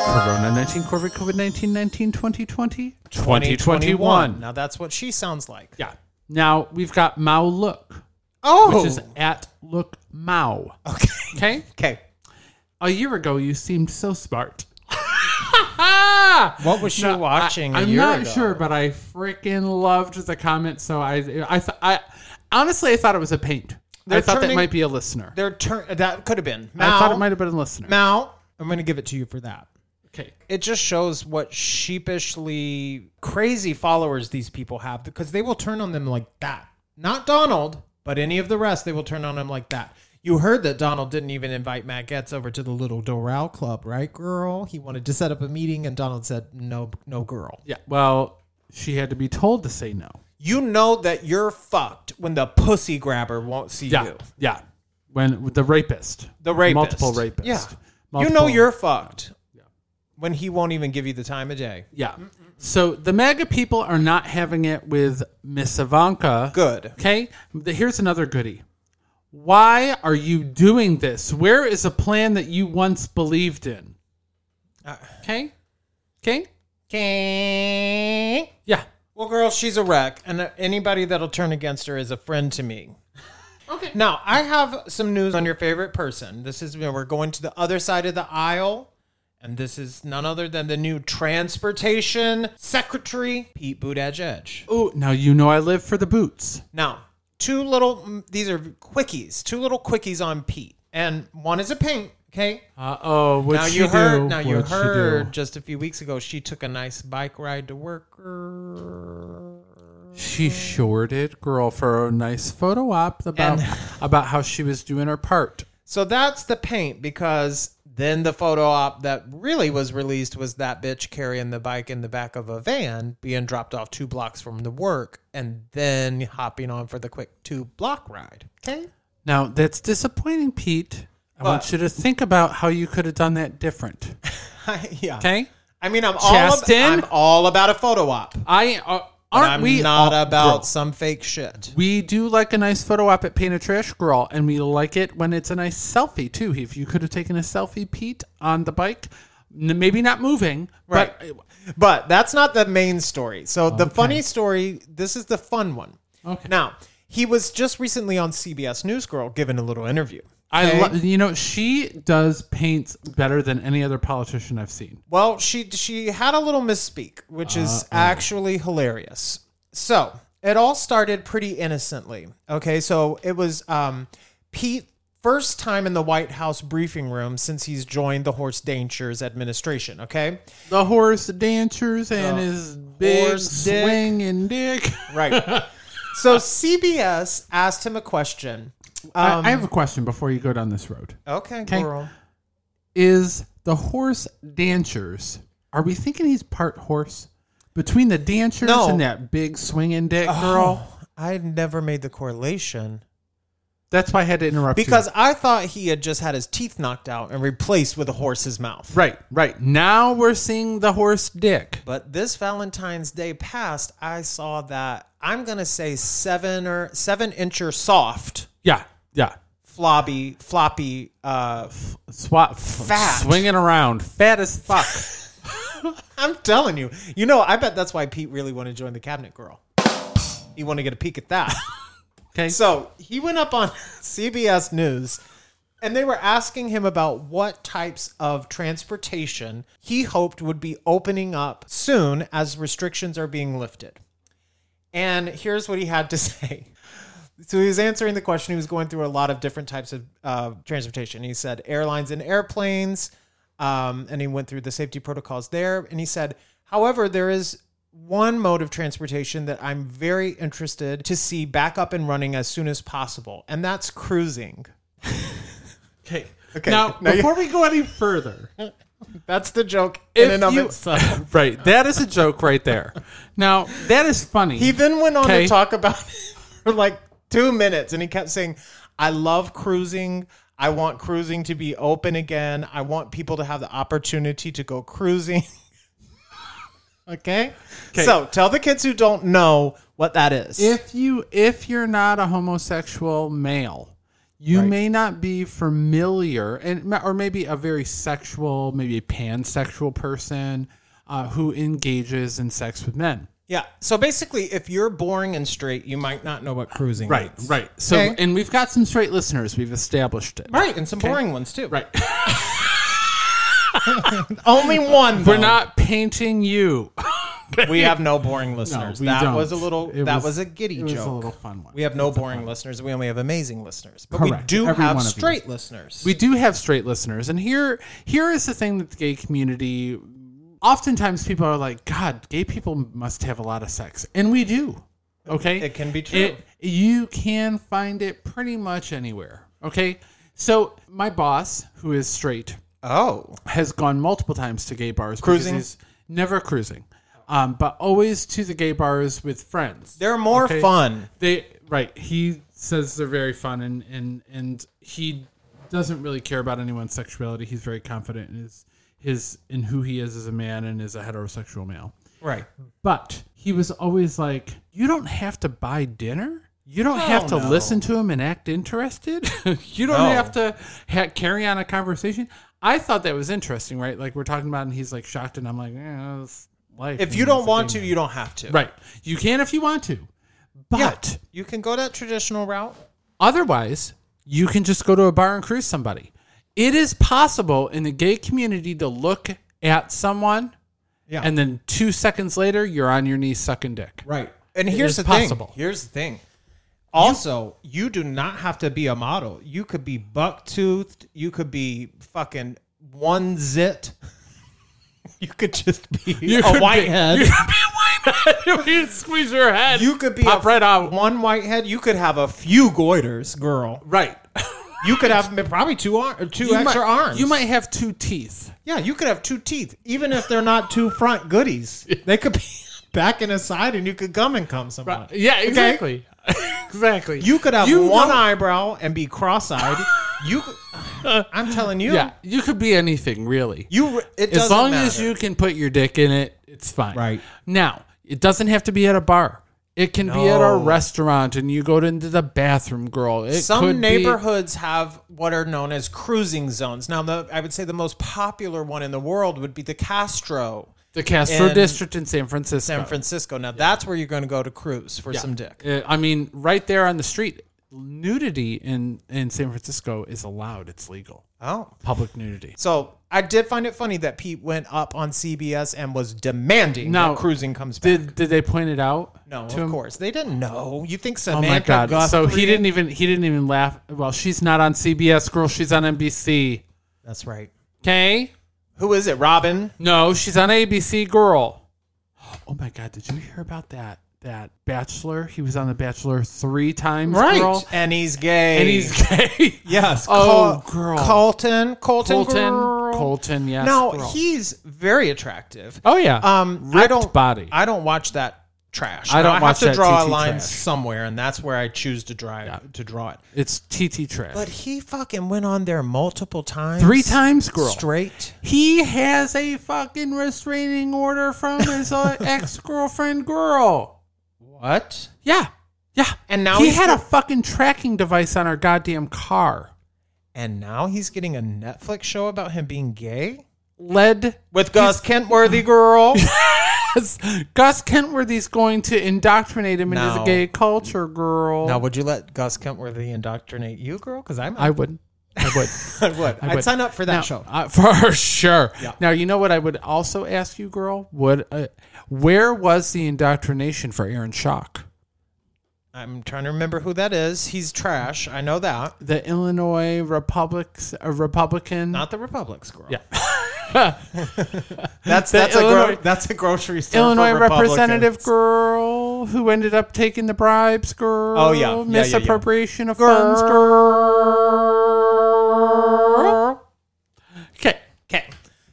Corona 19, COVID, COVID 19, 19, 2020, 2021. Now that's what she sounds like. Yeah. Now we've got Mao Look, Oh. which is at Look Mao. okay. Okay. Okay. A year ago, you seemed so smart. What was she No, watching a I, I'm year not ago? sure, but I freaking loved the comment. So I, I, th- I honestly, I thought it was a paint. I They're thought that turning- might be a listener. Their turn. uh, That could have been. I thought Mal- it might have been a listener. Mal, I'm going to give it to you for that. okay. It just shows what sheepishly crazy followers these people have because they will turn on them like that. Not Donald, but any of the rest, they will turn on him like that. You heard that Donald didn't even invite Matt Getz over to the little Doral Club, right, girl? He wanted to set up a meeting, and Donald said, "No, no, girl." Yeah. Well, she had to be told to say no. You know that you're fucked when the pussy grabber won't see Yeah. you. Yeah. When the rapist, The rapist, multiple rapists. Yeah, you Multiple- know you're fucked When he won't even give you the time of day. Yeah. So the MAGA people are not having it with Miss Ivanka. Good. Okay. The- Here's another goodie. Why are you doing this? Where is a plan that you once believed in? Uh. Okay. Okay. Okay. Yeah. Well, girl, she's a wreck, and uh, anybody that'll turn against her is a friend to me. Okay. Now I have some news on your favorite person. This is we're going to the other side of the aisle, and this is none other than the new transportation secretary, Pete Buttigieg. Oh, now you know I live for the boots. Now, two little mm, these are quickies. Two little quickies on Pete, and one is a pink. Okay. Uh oh. What now you heard. Now you heard just a few weeks ago she took a nice bike ride to work. She sure did, girl, for a nice photo op about And- about how she was doing her part. So that's the paint because then the photo op that really was released was that bitch carrying the bike in the back of a van being dropped off two blocks from the work and then hopping on for the quick two block ride. Okay. Now that's disappointing, Pete. I want you to think about how you could have done that different. yeah. Okay. I mean, I'm all, ab- Chastain? I'm all about a photo op. I uh, But aren't I'm we not all- about Girl, some fake shit. we do like a nice photo op at Paint a Trash Girl, and we like it when it's a nice selfie too. If you could have taken a selfie, Pete, on the bike, n- maybe not moving, Right. But that's not the main story. So the funny story, this is the fun one. Okay. Now, he was just recently on CBS Newsgirl giving a little interview. I Okay? lo- you know she does paints better than any other politician I've seen. Well, she she had a little misspeak, which Uh, is actually hilarious. So it all started pretty innocently. Okay, so it was um, Pete first time in the White House briefing room since he's joined the Horse Danger's administration. Okay, The horse dancers and his big horse dick. swinging dick. right. so CBS asked him a question. I, I have a question before you go down this road. Okay, Okay. girl. Is the horse dancers? Are we thinking he's part horse? Between the dancers No. Oh. and that big swinging dick girl. I never made the correlation That's why I had to interrupt you. because I thought he had just had his teeth knocked out and replaced with a horse's mouth. right, right now we're seeing the horse dick. But this Valentine's Day past, I saw that I'm gonna say seven or seven incher soft, Yeah, yeah. floppy, floppy. Uh, Swat, Fat. swinging around, fat as fuck. I'm telling you, you know, I bet that's why Pete really wanted to join the cabinet girl. You want to get a peek at that. Okay. So he went up on CBS News and they were asking him about what types of transportation he hoped would be opening up soon as restrictions are being lifted. And here's what he had to say. So he was answering the question. He was going through a lot of different types of uh, transportation. He said airlines and airplanes, um, and he went through the safety protocols there. And he said, however, there is one mode of transportation that I'm very interested to see back up and running as soon as possible, and that's cruising. Okay. Okay, Now, now you- before we go any further, That's the joke in If and of you- itself. right, that is a joke right there. Now, that is funny. He then went on Okay. to talk about it for like two minutes, and he kept saying, "I love cruising. I want cruising to be open again. I want people to have the opportunity to go cruising." okay? So tell the kids who don't know what that is. if you if you're not a homosexual male, you may not be familiar and or maybe a very sexual, maybe a pansexual person uh, who engages in sex with men. yeah. So basically, if you're boring and straight, you might not know what cruising is. right. So, Okay. and we've got some straight listeners. We've established it. Right, and some boring ones too. Right. Only one. We're though. not painting you. We have no boring listeners. we that don't. was a little. It that was, was- a giddy it was a joke. little fun one. We have no boring listeners. We only have amazing listeners, but we Correct. do Every have one of you. straight listeners. We do have straight listeners, and here here is the thing that the gay community oftentimes people are like, God, gay people must have a lot of sex. And we do. Okay? It can be true. you can find it pretty much anywhere. Okay? So my boss, who is straight, oh, has gone multiple times to gay bars. because Cruising? he's never cruising. Um, but always to the gay bars with friends. they're more Okay. fun. They right. He says they're very fun, and and and he doesn't really care about anyone's sexuality. He's very confident in his his in who he is as a man and as a heterosexual male. Right. But he was always like, "You don't have to buy dinner. You don't have to Oh, no. listen to him and act interested. you don't No. have to ha- carry on a conversation." I thought that was interesting, right? Like we're talking about, and he's like shocked, and I'm like, eh, that's life. If and you Mm, that's don't the want game." to, you don't have to. right? You can if you want to, but. You can go that traditional route. Otherwise, you can just go to a bar and cruise somebody. It is possible in the gay community to look at someone, Yeah. and then two seconds later, you're on your knees sucking dick. Right. And It here's is the possible. thing. Here's the thing. Also, you, do not have to be a model. You could be buck toothed. You could be fucking one zit. You could just be a white head. You You, could be a whitehead. You could squeeze your head. could be pop a, right out. one white head. You could have a few goiters, girl. Right. You could have probably two arm, two You extra might, arms. You might have two teeth. Yeah, you could have two teeth, even if they're not two front goodies. They could be back and aside, and you could gum and cum someone. Uh, Yeah, Uh, Okay? exactly. exactly. You could have You one know- eyebrow and be cross-eyed. you, could- I'm telling you, Yeah, you could be anything really. you. It as doesn't long matter. as you can put your dick in it, it's fine. Right. Now, it doesn't have to be at a bar. It can be at a No. restaurant and you go into the bathroom, girl. It could Some be- neighborhoods have what are known as cruising zones. Now, the, I would say the most popular one in the world would be the Castro, the Castro in District in San Francisco. San Francisco. Now, that's where you're going to go to cruise for some dick. Uh, I mean, right there on the street, nudity in, in San Francisco is allowed. It's legal. Oh, Public nudity. So I did find it funny that Pete went up on CBS and was demanding Now, that cruising comes back. Did did they point it out? no, to of him? course they didn't know. You think Oh Samantha? my god. Guthrie- so he didn't even he didn't even laugh. Well, she's not on CBS, girl. She's on NBC. That's right. Okay? Who is it? Robin. No, she's on ABC Girl. Oh my God, did you hear about that? That Bachelor? He was on The Bachelor three times, girl. And he's gay. And he's gay. yes. Oh, Col- girl. Colton. Colton. Colton. girl. Colton, yes. Now girl. he's very attractive. Oh, yeah. Um, I Ripped don't body. I don't watch that trash. I Now, don't watch have to that draw a TT line trash. somewhere, and that's where I choose to draw to draw it. it's TT trash. But he fucking went on there multiple times. three times, girl. Straight. He has a fucking restraining order from his uh, ex girlfriend, girl. What? Yeah. Yeah. And now he he's had go- a fucking tracking device on our goddamn car. And now he's getting a Netflix show about him being gay? Led With Gus Kentworthy girl. Gus, Gus Kentworthy's going to indoctrinate him into the No. gay culture, girl. now, would you let Gus Kentworthy indoctrinate you, girl? Because I'm I wouldn't. I would. I would. I I'd would. sign up for that Now, show. uh, for sure. Now you know what I would also ask you, girl. Would uh, where was the indoctrination for Aaron Schock? I'm trying to remember who that is. He's trash. I know that. The Illinois Republics, uh, Republican. Not the Republics girl. Yeah. That's The that's a Illinois- gro- that's a grocery store. for Illinois Republicans. representative girl who ended up taking the bribes, girl. Oh, yeah. Yeah, yeah, yeah. misappropriation of funds, girl. Okay, Okay.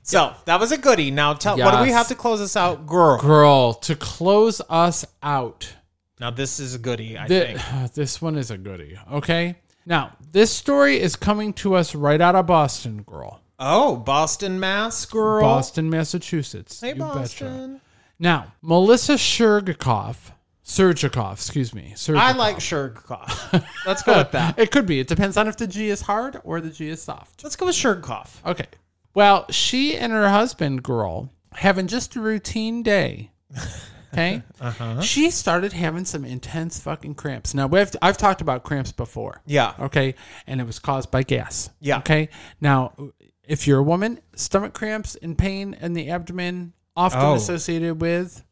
So that was a goodie. Now tell what do we Yes. have to close this out, girl? girl, to close us out. Now this is a goodie, I Thi- think. this one is a goodie. Okay, now this story is coming to us right out of Boston, girl, Oh, Boston Mass girl. Boston, Massachusetts. Hey You betcha. Boston. Now, Melissa Shergakov, Sergakov, excuse me, I Sergakov. like Shergkoff. Let's go with that. It could be. It depends on if the G is hard or the G is soft. Let's go with Shergkoff. Okay. Well, she and her husband, girl, having just a routine day. Okay. uh-huh. She started having some intense fucking cramps. Now, we've, I've talked about cramps before. Yeah. Okay. And it was caused by gas. Yeah. Okay. Now, if you're a woman, stomach cramps and pain in the abdomen often Oh. associated with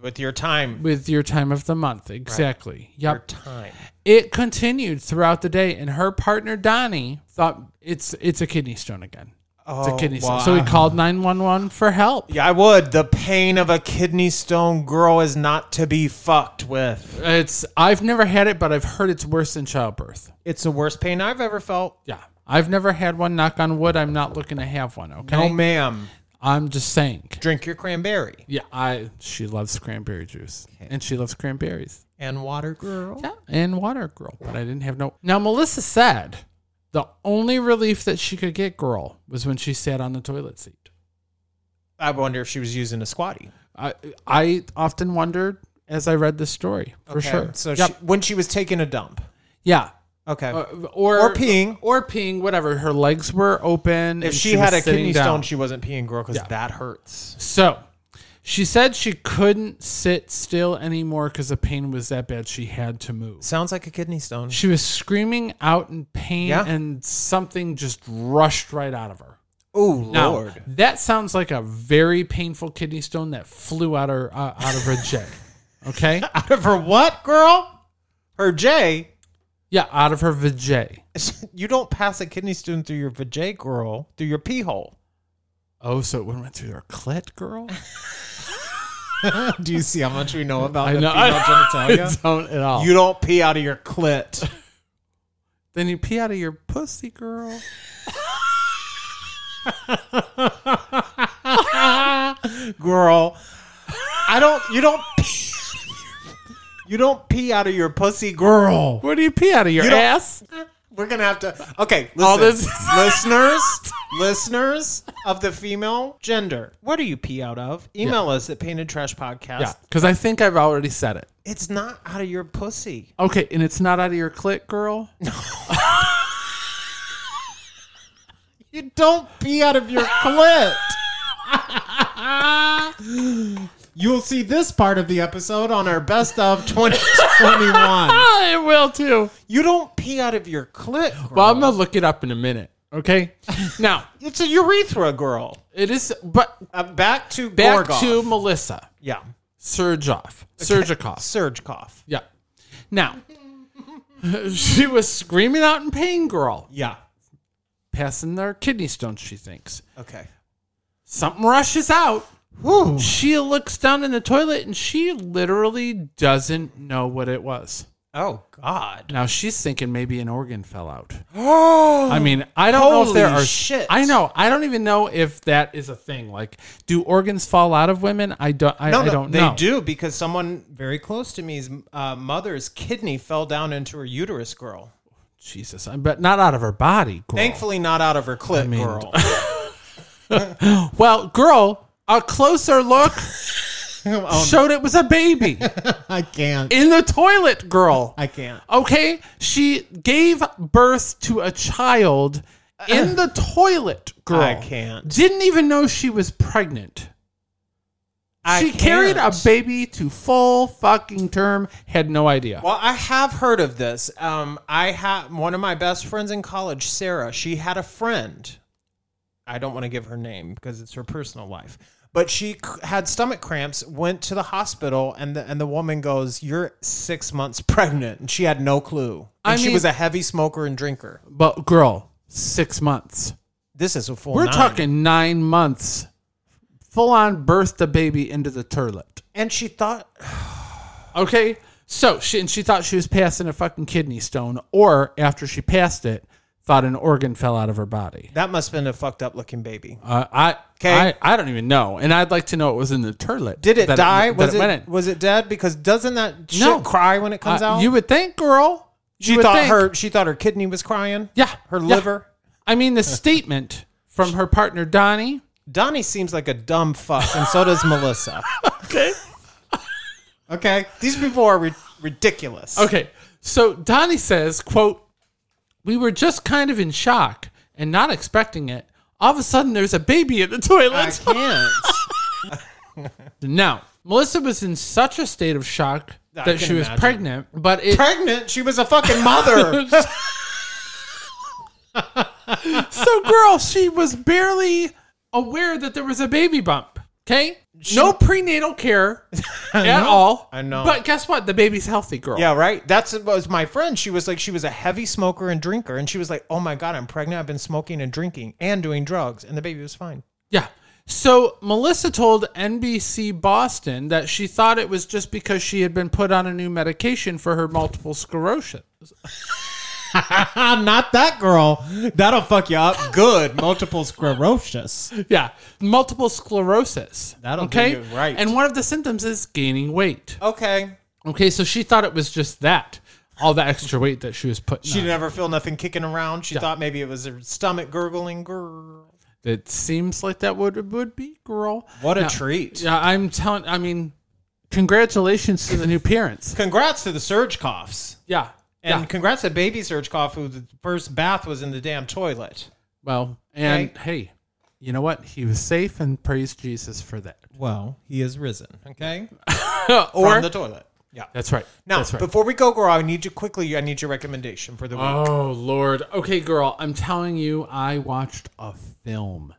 With your time. with your time of the month. Exactly. Yep. Your time. It continued throughout the day, and her partner Donnie thought it's it's a kidney stone again. it's a Oh, kidney wow. stone. So he called nine one one for help. Yeah, I would. The pain of a kidney stone girl is not to be fucked with. It's I've never had it, but I've heard it's worse than childbirth. It's the worst pain I've ever felt. Yeah, I've never had one. Knock on wood. I'm not looking to have one. Okay, No, Oh, ma'am. I'm just saying. Drink your cranberry Yeah, I she loves cranberry juice and she loves cranberries. and water, girl. Yeah, and water, girl. But I didn't have no. Now Melissa said the only relief that she could get, girl, was when she sat on the toilet seat. I wonder if she was using a squatty. I I often wondered as I read this story for Okay, sure. So Yep. she, when she was taking a dump. yeah. Okay. Uh, or Or peeing. or peeing whatever her legs were open if and she, had was a kidney sitting down. stone, she wasn't peeing, girl, because that hurts. so she said she couldn't sit still anymore because the pain was that bad she had to move Sounds like a kidney stone. she was screaming out in pain Yeah. and something just rushed right out of her Oh now, lord. that sounds like a very painful kidney stone that flew out her uh, out of her jig okay Out of her what, girl? Her J. yeah out of her vajay You don't pass a kidney stone through your vajay, girl, through your pee hole. oh so it went through her clit girl Do you see how much we know about i the know female I genitalia? don't at all You don't pee out of your clit. Then you pee out of your pussy, girl. girl. I don't. You don't. Pee, you don't pee out of your pussy, girl. Where do you pee out of your don't- ass? We're gonna have to. Okay, listen, All this- listeners, listeners of the female gender. What do you pee out of? Email us at Painted Trash Podcast. Yeah, because I think I've already said it. It's not out of your pussy. Okay, and it's not out of your clit, girl. You don't pee out of your clit. You'll see this part of the episode on our best of 2021. I will too. You don't pee out of your clit. Girl. Well, I'm gonna look it up in a minute. Okay. now it's a urethra, girl. it is, but Uh, back to back Gorgoff. to Melissa yeah, Surgeoff, Surgikoff. surge cough. Yeah. Now she was screaming out in pain, girl, Yeah. passing their kidney stones. She thinks Okay. something rushes out. She looks down in the toilet and she literally doesn't know what it was. Oh God. Now she's thinking maybe an organ fell out. I mean, I don't know if there Holy are shit. I know. I don't even know if that is a thing. Like, do organs fall out of women? I don't. I, No, I no, don't they know. do because someone very close to me's uh, mother's kidney fell down into her uterus, girl. Jesus, but not out of her body. Girl. Thankfully, not out of her clit, girl. Well, girl, a closer look Oh, showed it was a baby I can't. in the toilet. Girl, I can't. Okay, she gave birth to a child in the toilet, girl. Uh, I can't. Didn't even know she was pregnant. I she can't. carried a baby to full fucking term, had no idea. Well, I have heard of this. Um, I had one of my best friends in college, Sarah. She had a friend. I don't want to give her name because it's her personal life, but she c- had stomach cramps. Went to the hospital, and the, and the woman goes, "You're six months pregnant," and she had no clue. And I she mean- was a heavy smoker and drinker. But girl, 6 months. This is a full. We're nine. talking 9 months. Full on birthed the baby into the toilet. and she thought, Okay? So, she and she thought she was passing a fucking kidney stone or after she passed it, thought an organ fell out of her body. That must have been a fucked up looking baby. Uh, I, 'Kay. I I don't even know, and I'd like to know it was in the toilet. Did it that die? that was it, went in. was it dead? Because doesn't that shit cry when it comes Uh, out? You would think, girl. she You would thought think. her she thought her kidney was crying. Yeah, her yeah. liver. I mean, the statement from her partner Donnie. Donnie seems like a dumb fuck, and so does Melissa. Okay, okay. These people are ri- ridiculous. Okay, so Donnie says, "quote We were just kind of in shock and not expecting it. All of a sudden, there's a baby in the I toilet." can't. now, Melissa was in such a state of shock I that can she was imagine. pregnant, but it Pregnant? She was a fucking mother. So, girl, she was barely aware that there was a baby bump. Okay? no prenatal care at all. I know. But guess what? The baby's healthy, girl. Yeah, right. That's it was my friend. She was like, she was a heavy smoker and drinker, and she was like, "Oh my god, I'm pregnant. I've been smoking and drinking and doing drugs, and the baby was fine." Yeah. So, Melissa told NBC Boston that she thought it was just because she had been put on a new medication for her multiple sclerosis. I'm not that girl. That'll fuck you up. Good. Multiple sclerosis. Yeah. Multiple sclerosis. That'll do okay? you right. And one of the symptoms is gaining weight. Okay. Okay. So, she thought it was just that. All the extra weight that she was putting She on. never feel nothing kicking around. She thought maybe it was her stomach gurgling. Girl. It seems like that would would be girl. What a Now- treat. Yeah, I'm telling. I mean, congratulations to the new parents. Congrats to the surge coughs. Yeah, And yeah. congrats to baby surge cough who the first bath was in the damn toilet. Well, and hey, you know what? He was safe, and praise Jesus for that. Well, he is risen. Okay. or From the toilet. Yeah. that's right. Now, that's right. before we go, girl, I need you quickly. I need your recommendation for the week. Oh Lord. Okay, girl. I'm telling you, I watched a film,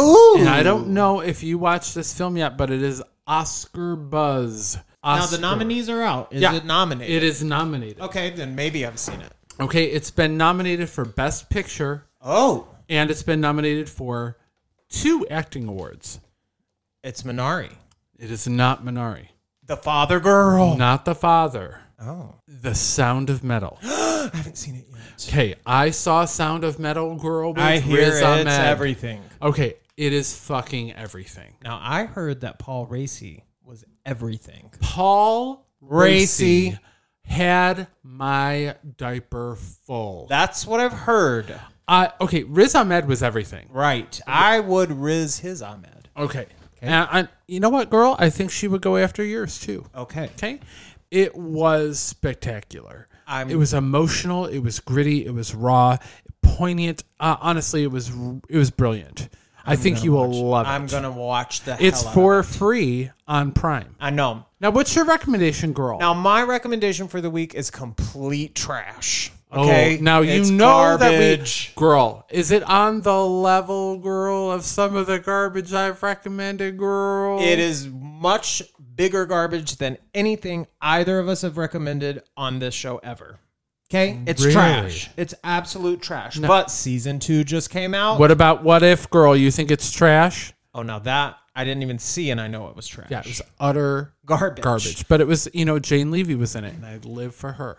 Ooh. and I don't know if you watched this film yet, but it is Oscar buzz. Now Oscar. the nominees are out. Is Yeah. it nominated? It is nominated. Okay, then maybe I've seen it. Okay, it's been nominated for Best Picture, Oh, and it's been nominated for two acting awards. it's Minari, It is not Minari, the father girl. not The Father, Oh, The Sound of Metal. I haven't seen it yet. Okay, I saw Sound of Metal, girl. With I hear Riz it's Ahmed. everything. Okay, it is fucking everything. Now I heard that Paul Racy was everything. Paul Racy. Racy had my diaper full. That's what I've heard. I okay, Riz Ahmed was everything. Right. I would riz his Ahmed. Okay. And I, you know what, girl? I think she would go after yours too. Okay. Okay. It was spectacular. I'm- it was emotional. It was gritty. It was raw, poignant. Uh, honestly, it was it was brilliant. i think you will love it. I'm gonna watch the. It's hell out of for it. free on Prime. I know. Now, what's your recommendation, girl? Now my recommendation for the week is complete trash. Oh, Okay. now you It's know garbage. that we girl. Is it on the level, girl, of some of the garbage I've recommended, girl? It is much bigger garbage than anything either of us have recommended on this show ever. Okay? It's Really? trash. It's absolute trash. But season two just came out. What about what if, girl? You think it's trash? Oh, now that I didn't even see and I know it was trash. Yeah, it was utter garbage. garbage. But it was, you know, Jane Levy was in it, and I live for her.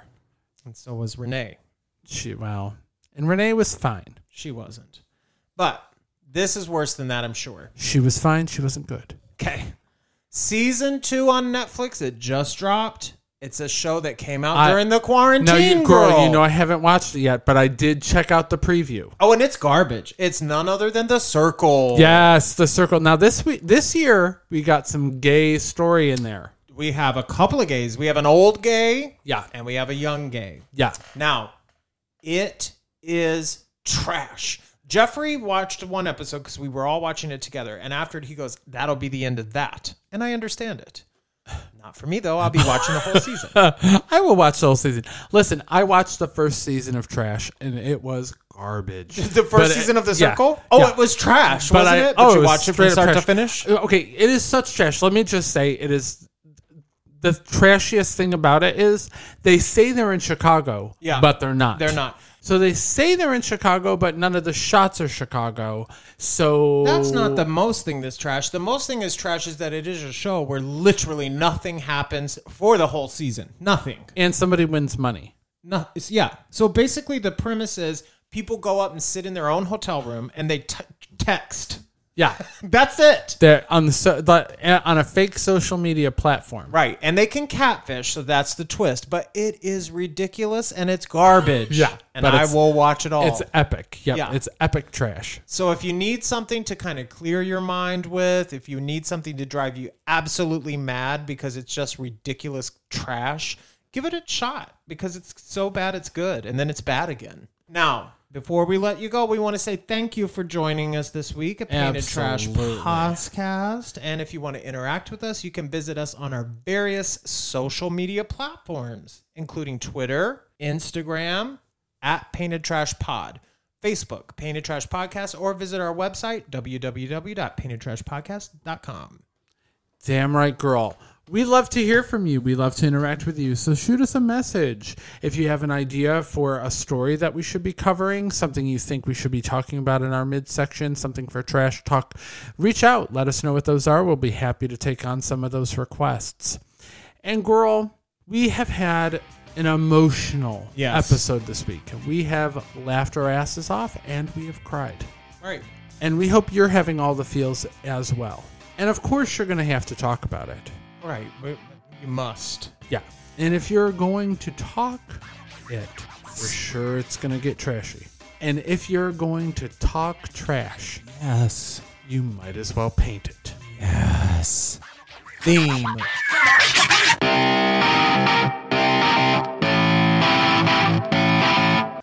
And so was Renee. She well, and Renee was fine. She wasn't. But this is worse than that, I'm sure. She was fine. She wasn't good. Okay. Season two on Netflix, it just dropped. It's a show that came out I- during the quarantine. No, you, girl, girl, you know I haven't watched it yet, but I did check out the preview. Oh, and it's garbage. It's none other than The Circle. Yes, the circle. Now this week, this year, we got some gay story in there. we have a couple of gays. We have an old gay, Yeah. and we have a young gay. Yeah. Now, it is trash. Jeffrey watched one episode because we were all watching it together, and after it, he goes, "That'll be the end of that," and I understand it. Not for me though. I'll be watching the whole season. I will watch the whole season. Listen, I watched the first season of Trash, and it was garbage. The first But it- season of The yeah, Circle. oh, yeah. it was trash, wasn't it? Did oh, you was watch it straight from up start to trash. Uh, finish? Okay, it is such trash. Let me just say, it is the trashiest thing about it is they say they're in Chicago, Yeah. but they're not. They're not. So they say they're in Chicago, but none of the shots are Chicago. So That's not the most thing that's trash. The most thing is trash is that it is a show where literally nothing happens for the whole season. Nothing. And somebody wins money. No, it's, yeah. So basically, the premise is people go up and sit in their own hotel room and they t- text. Yeah, That's it. they're on the, so, the on a fake social media platform. Right. And they can catfish, so that's the twist. But it is ridiculous and it's garbage. Yeah, And but I it's- will watch it all. It's epic. Yep, Yeah. it's epic trash. so if you need something to kind of clear your mind with, if you need something to drive you absolutely mad because it's just ridiculous trash, give it a shot because it's so bad it's good and then it's bad again. Now, before we let you go, we want to say thank you for joining us this week at Painted Absolutely. Trash Podcast. And if you want to interact with us, you can visit us on our various social media platforms, including Twitter, Instagram, at Painted Trash Pod, Facebook, Painted Trash Podcast, or visit our website, www.paintedtrashpodcast.com. Damn right, girl. We love to hear from you. We love to interact with you. So shoot us a message. If you have an idea for a story that we should be covering, something you think we should be talking about in our midsection, something for trash talk, reach out. Let us know what those are. We'll be happy to take on some of those requests. And girl, we have had an emotional Yes. episode this week. We have laughed our asses off and we have cried. All right. And we hope you're having all the feels as well. And of course, you're going to have to talk about it. All right. We- You must. Yeah. And if you're going to talk it, we're sure it's going to get trashy. And if you're going to talk trash, Yes. You might as well paint it. Yes. Theme.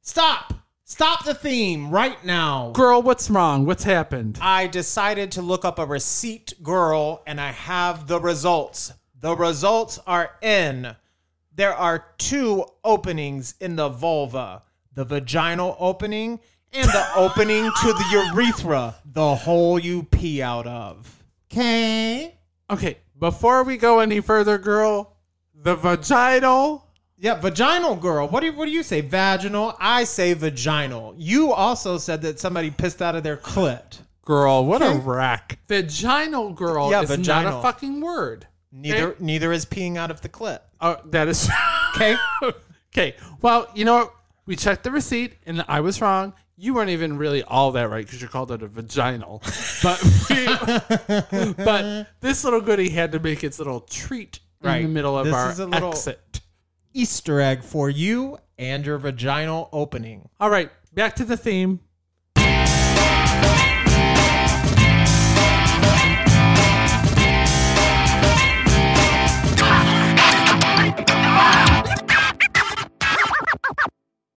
Stop! Stop the theme right now. Girl, what's wrong? What's happened? I decided to look up a receipt girl and I have the results. The results are in. There are two openings in the vulva the vaginal opening and the opening to the urethra, the hole you pee out of. Okay. Okay, before we go any further, girl, the vaginal. Yeah, vaginal girl. What do you, what do you say? Vaginal. I say vaginal. You also said that somebody pissed out of their clit. Girl, what a rack. Vaginal girl Yeah, is not vaginal. a fucking word. Neither Okay. neither is peeing out of the clit. Oh, that is. Okay. okay. Well, you know what? We checked the receipt and I was wrong. You weren't even really all that right because you called it a vaginal. But, we- but this little goodie had to make its little treat in Right. the middle of This our is a little- exit. Easter egg for you and your vaginal opening. All right, back to the theme.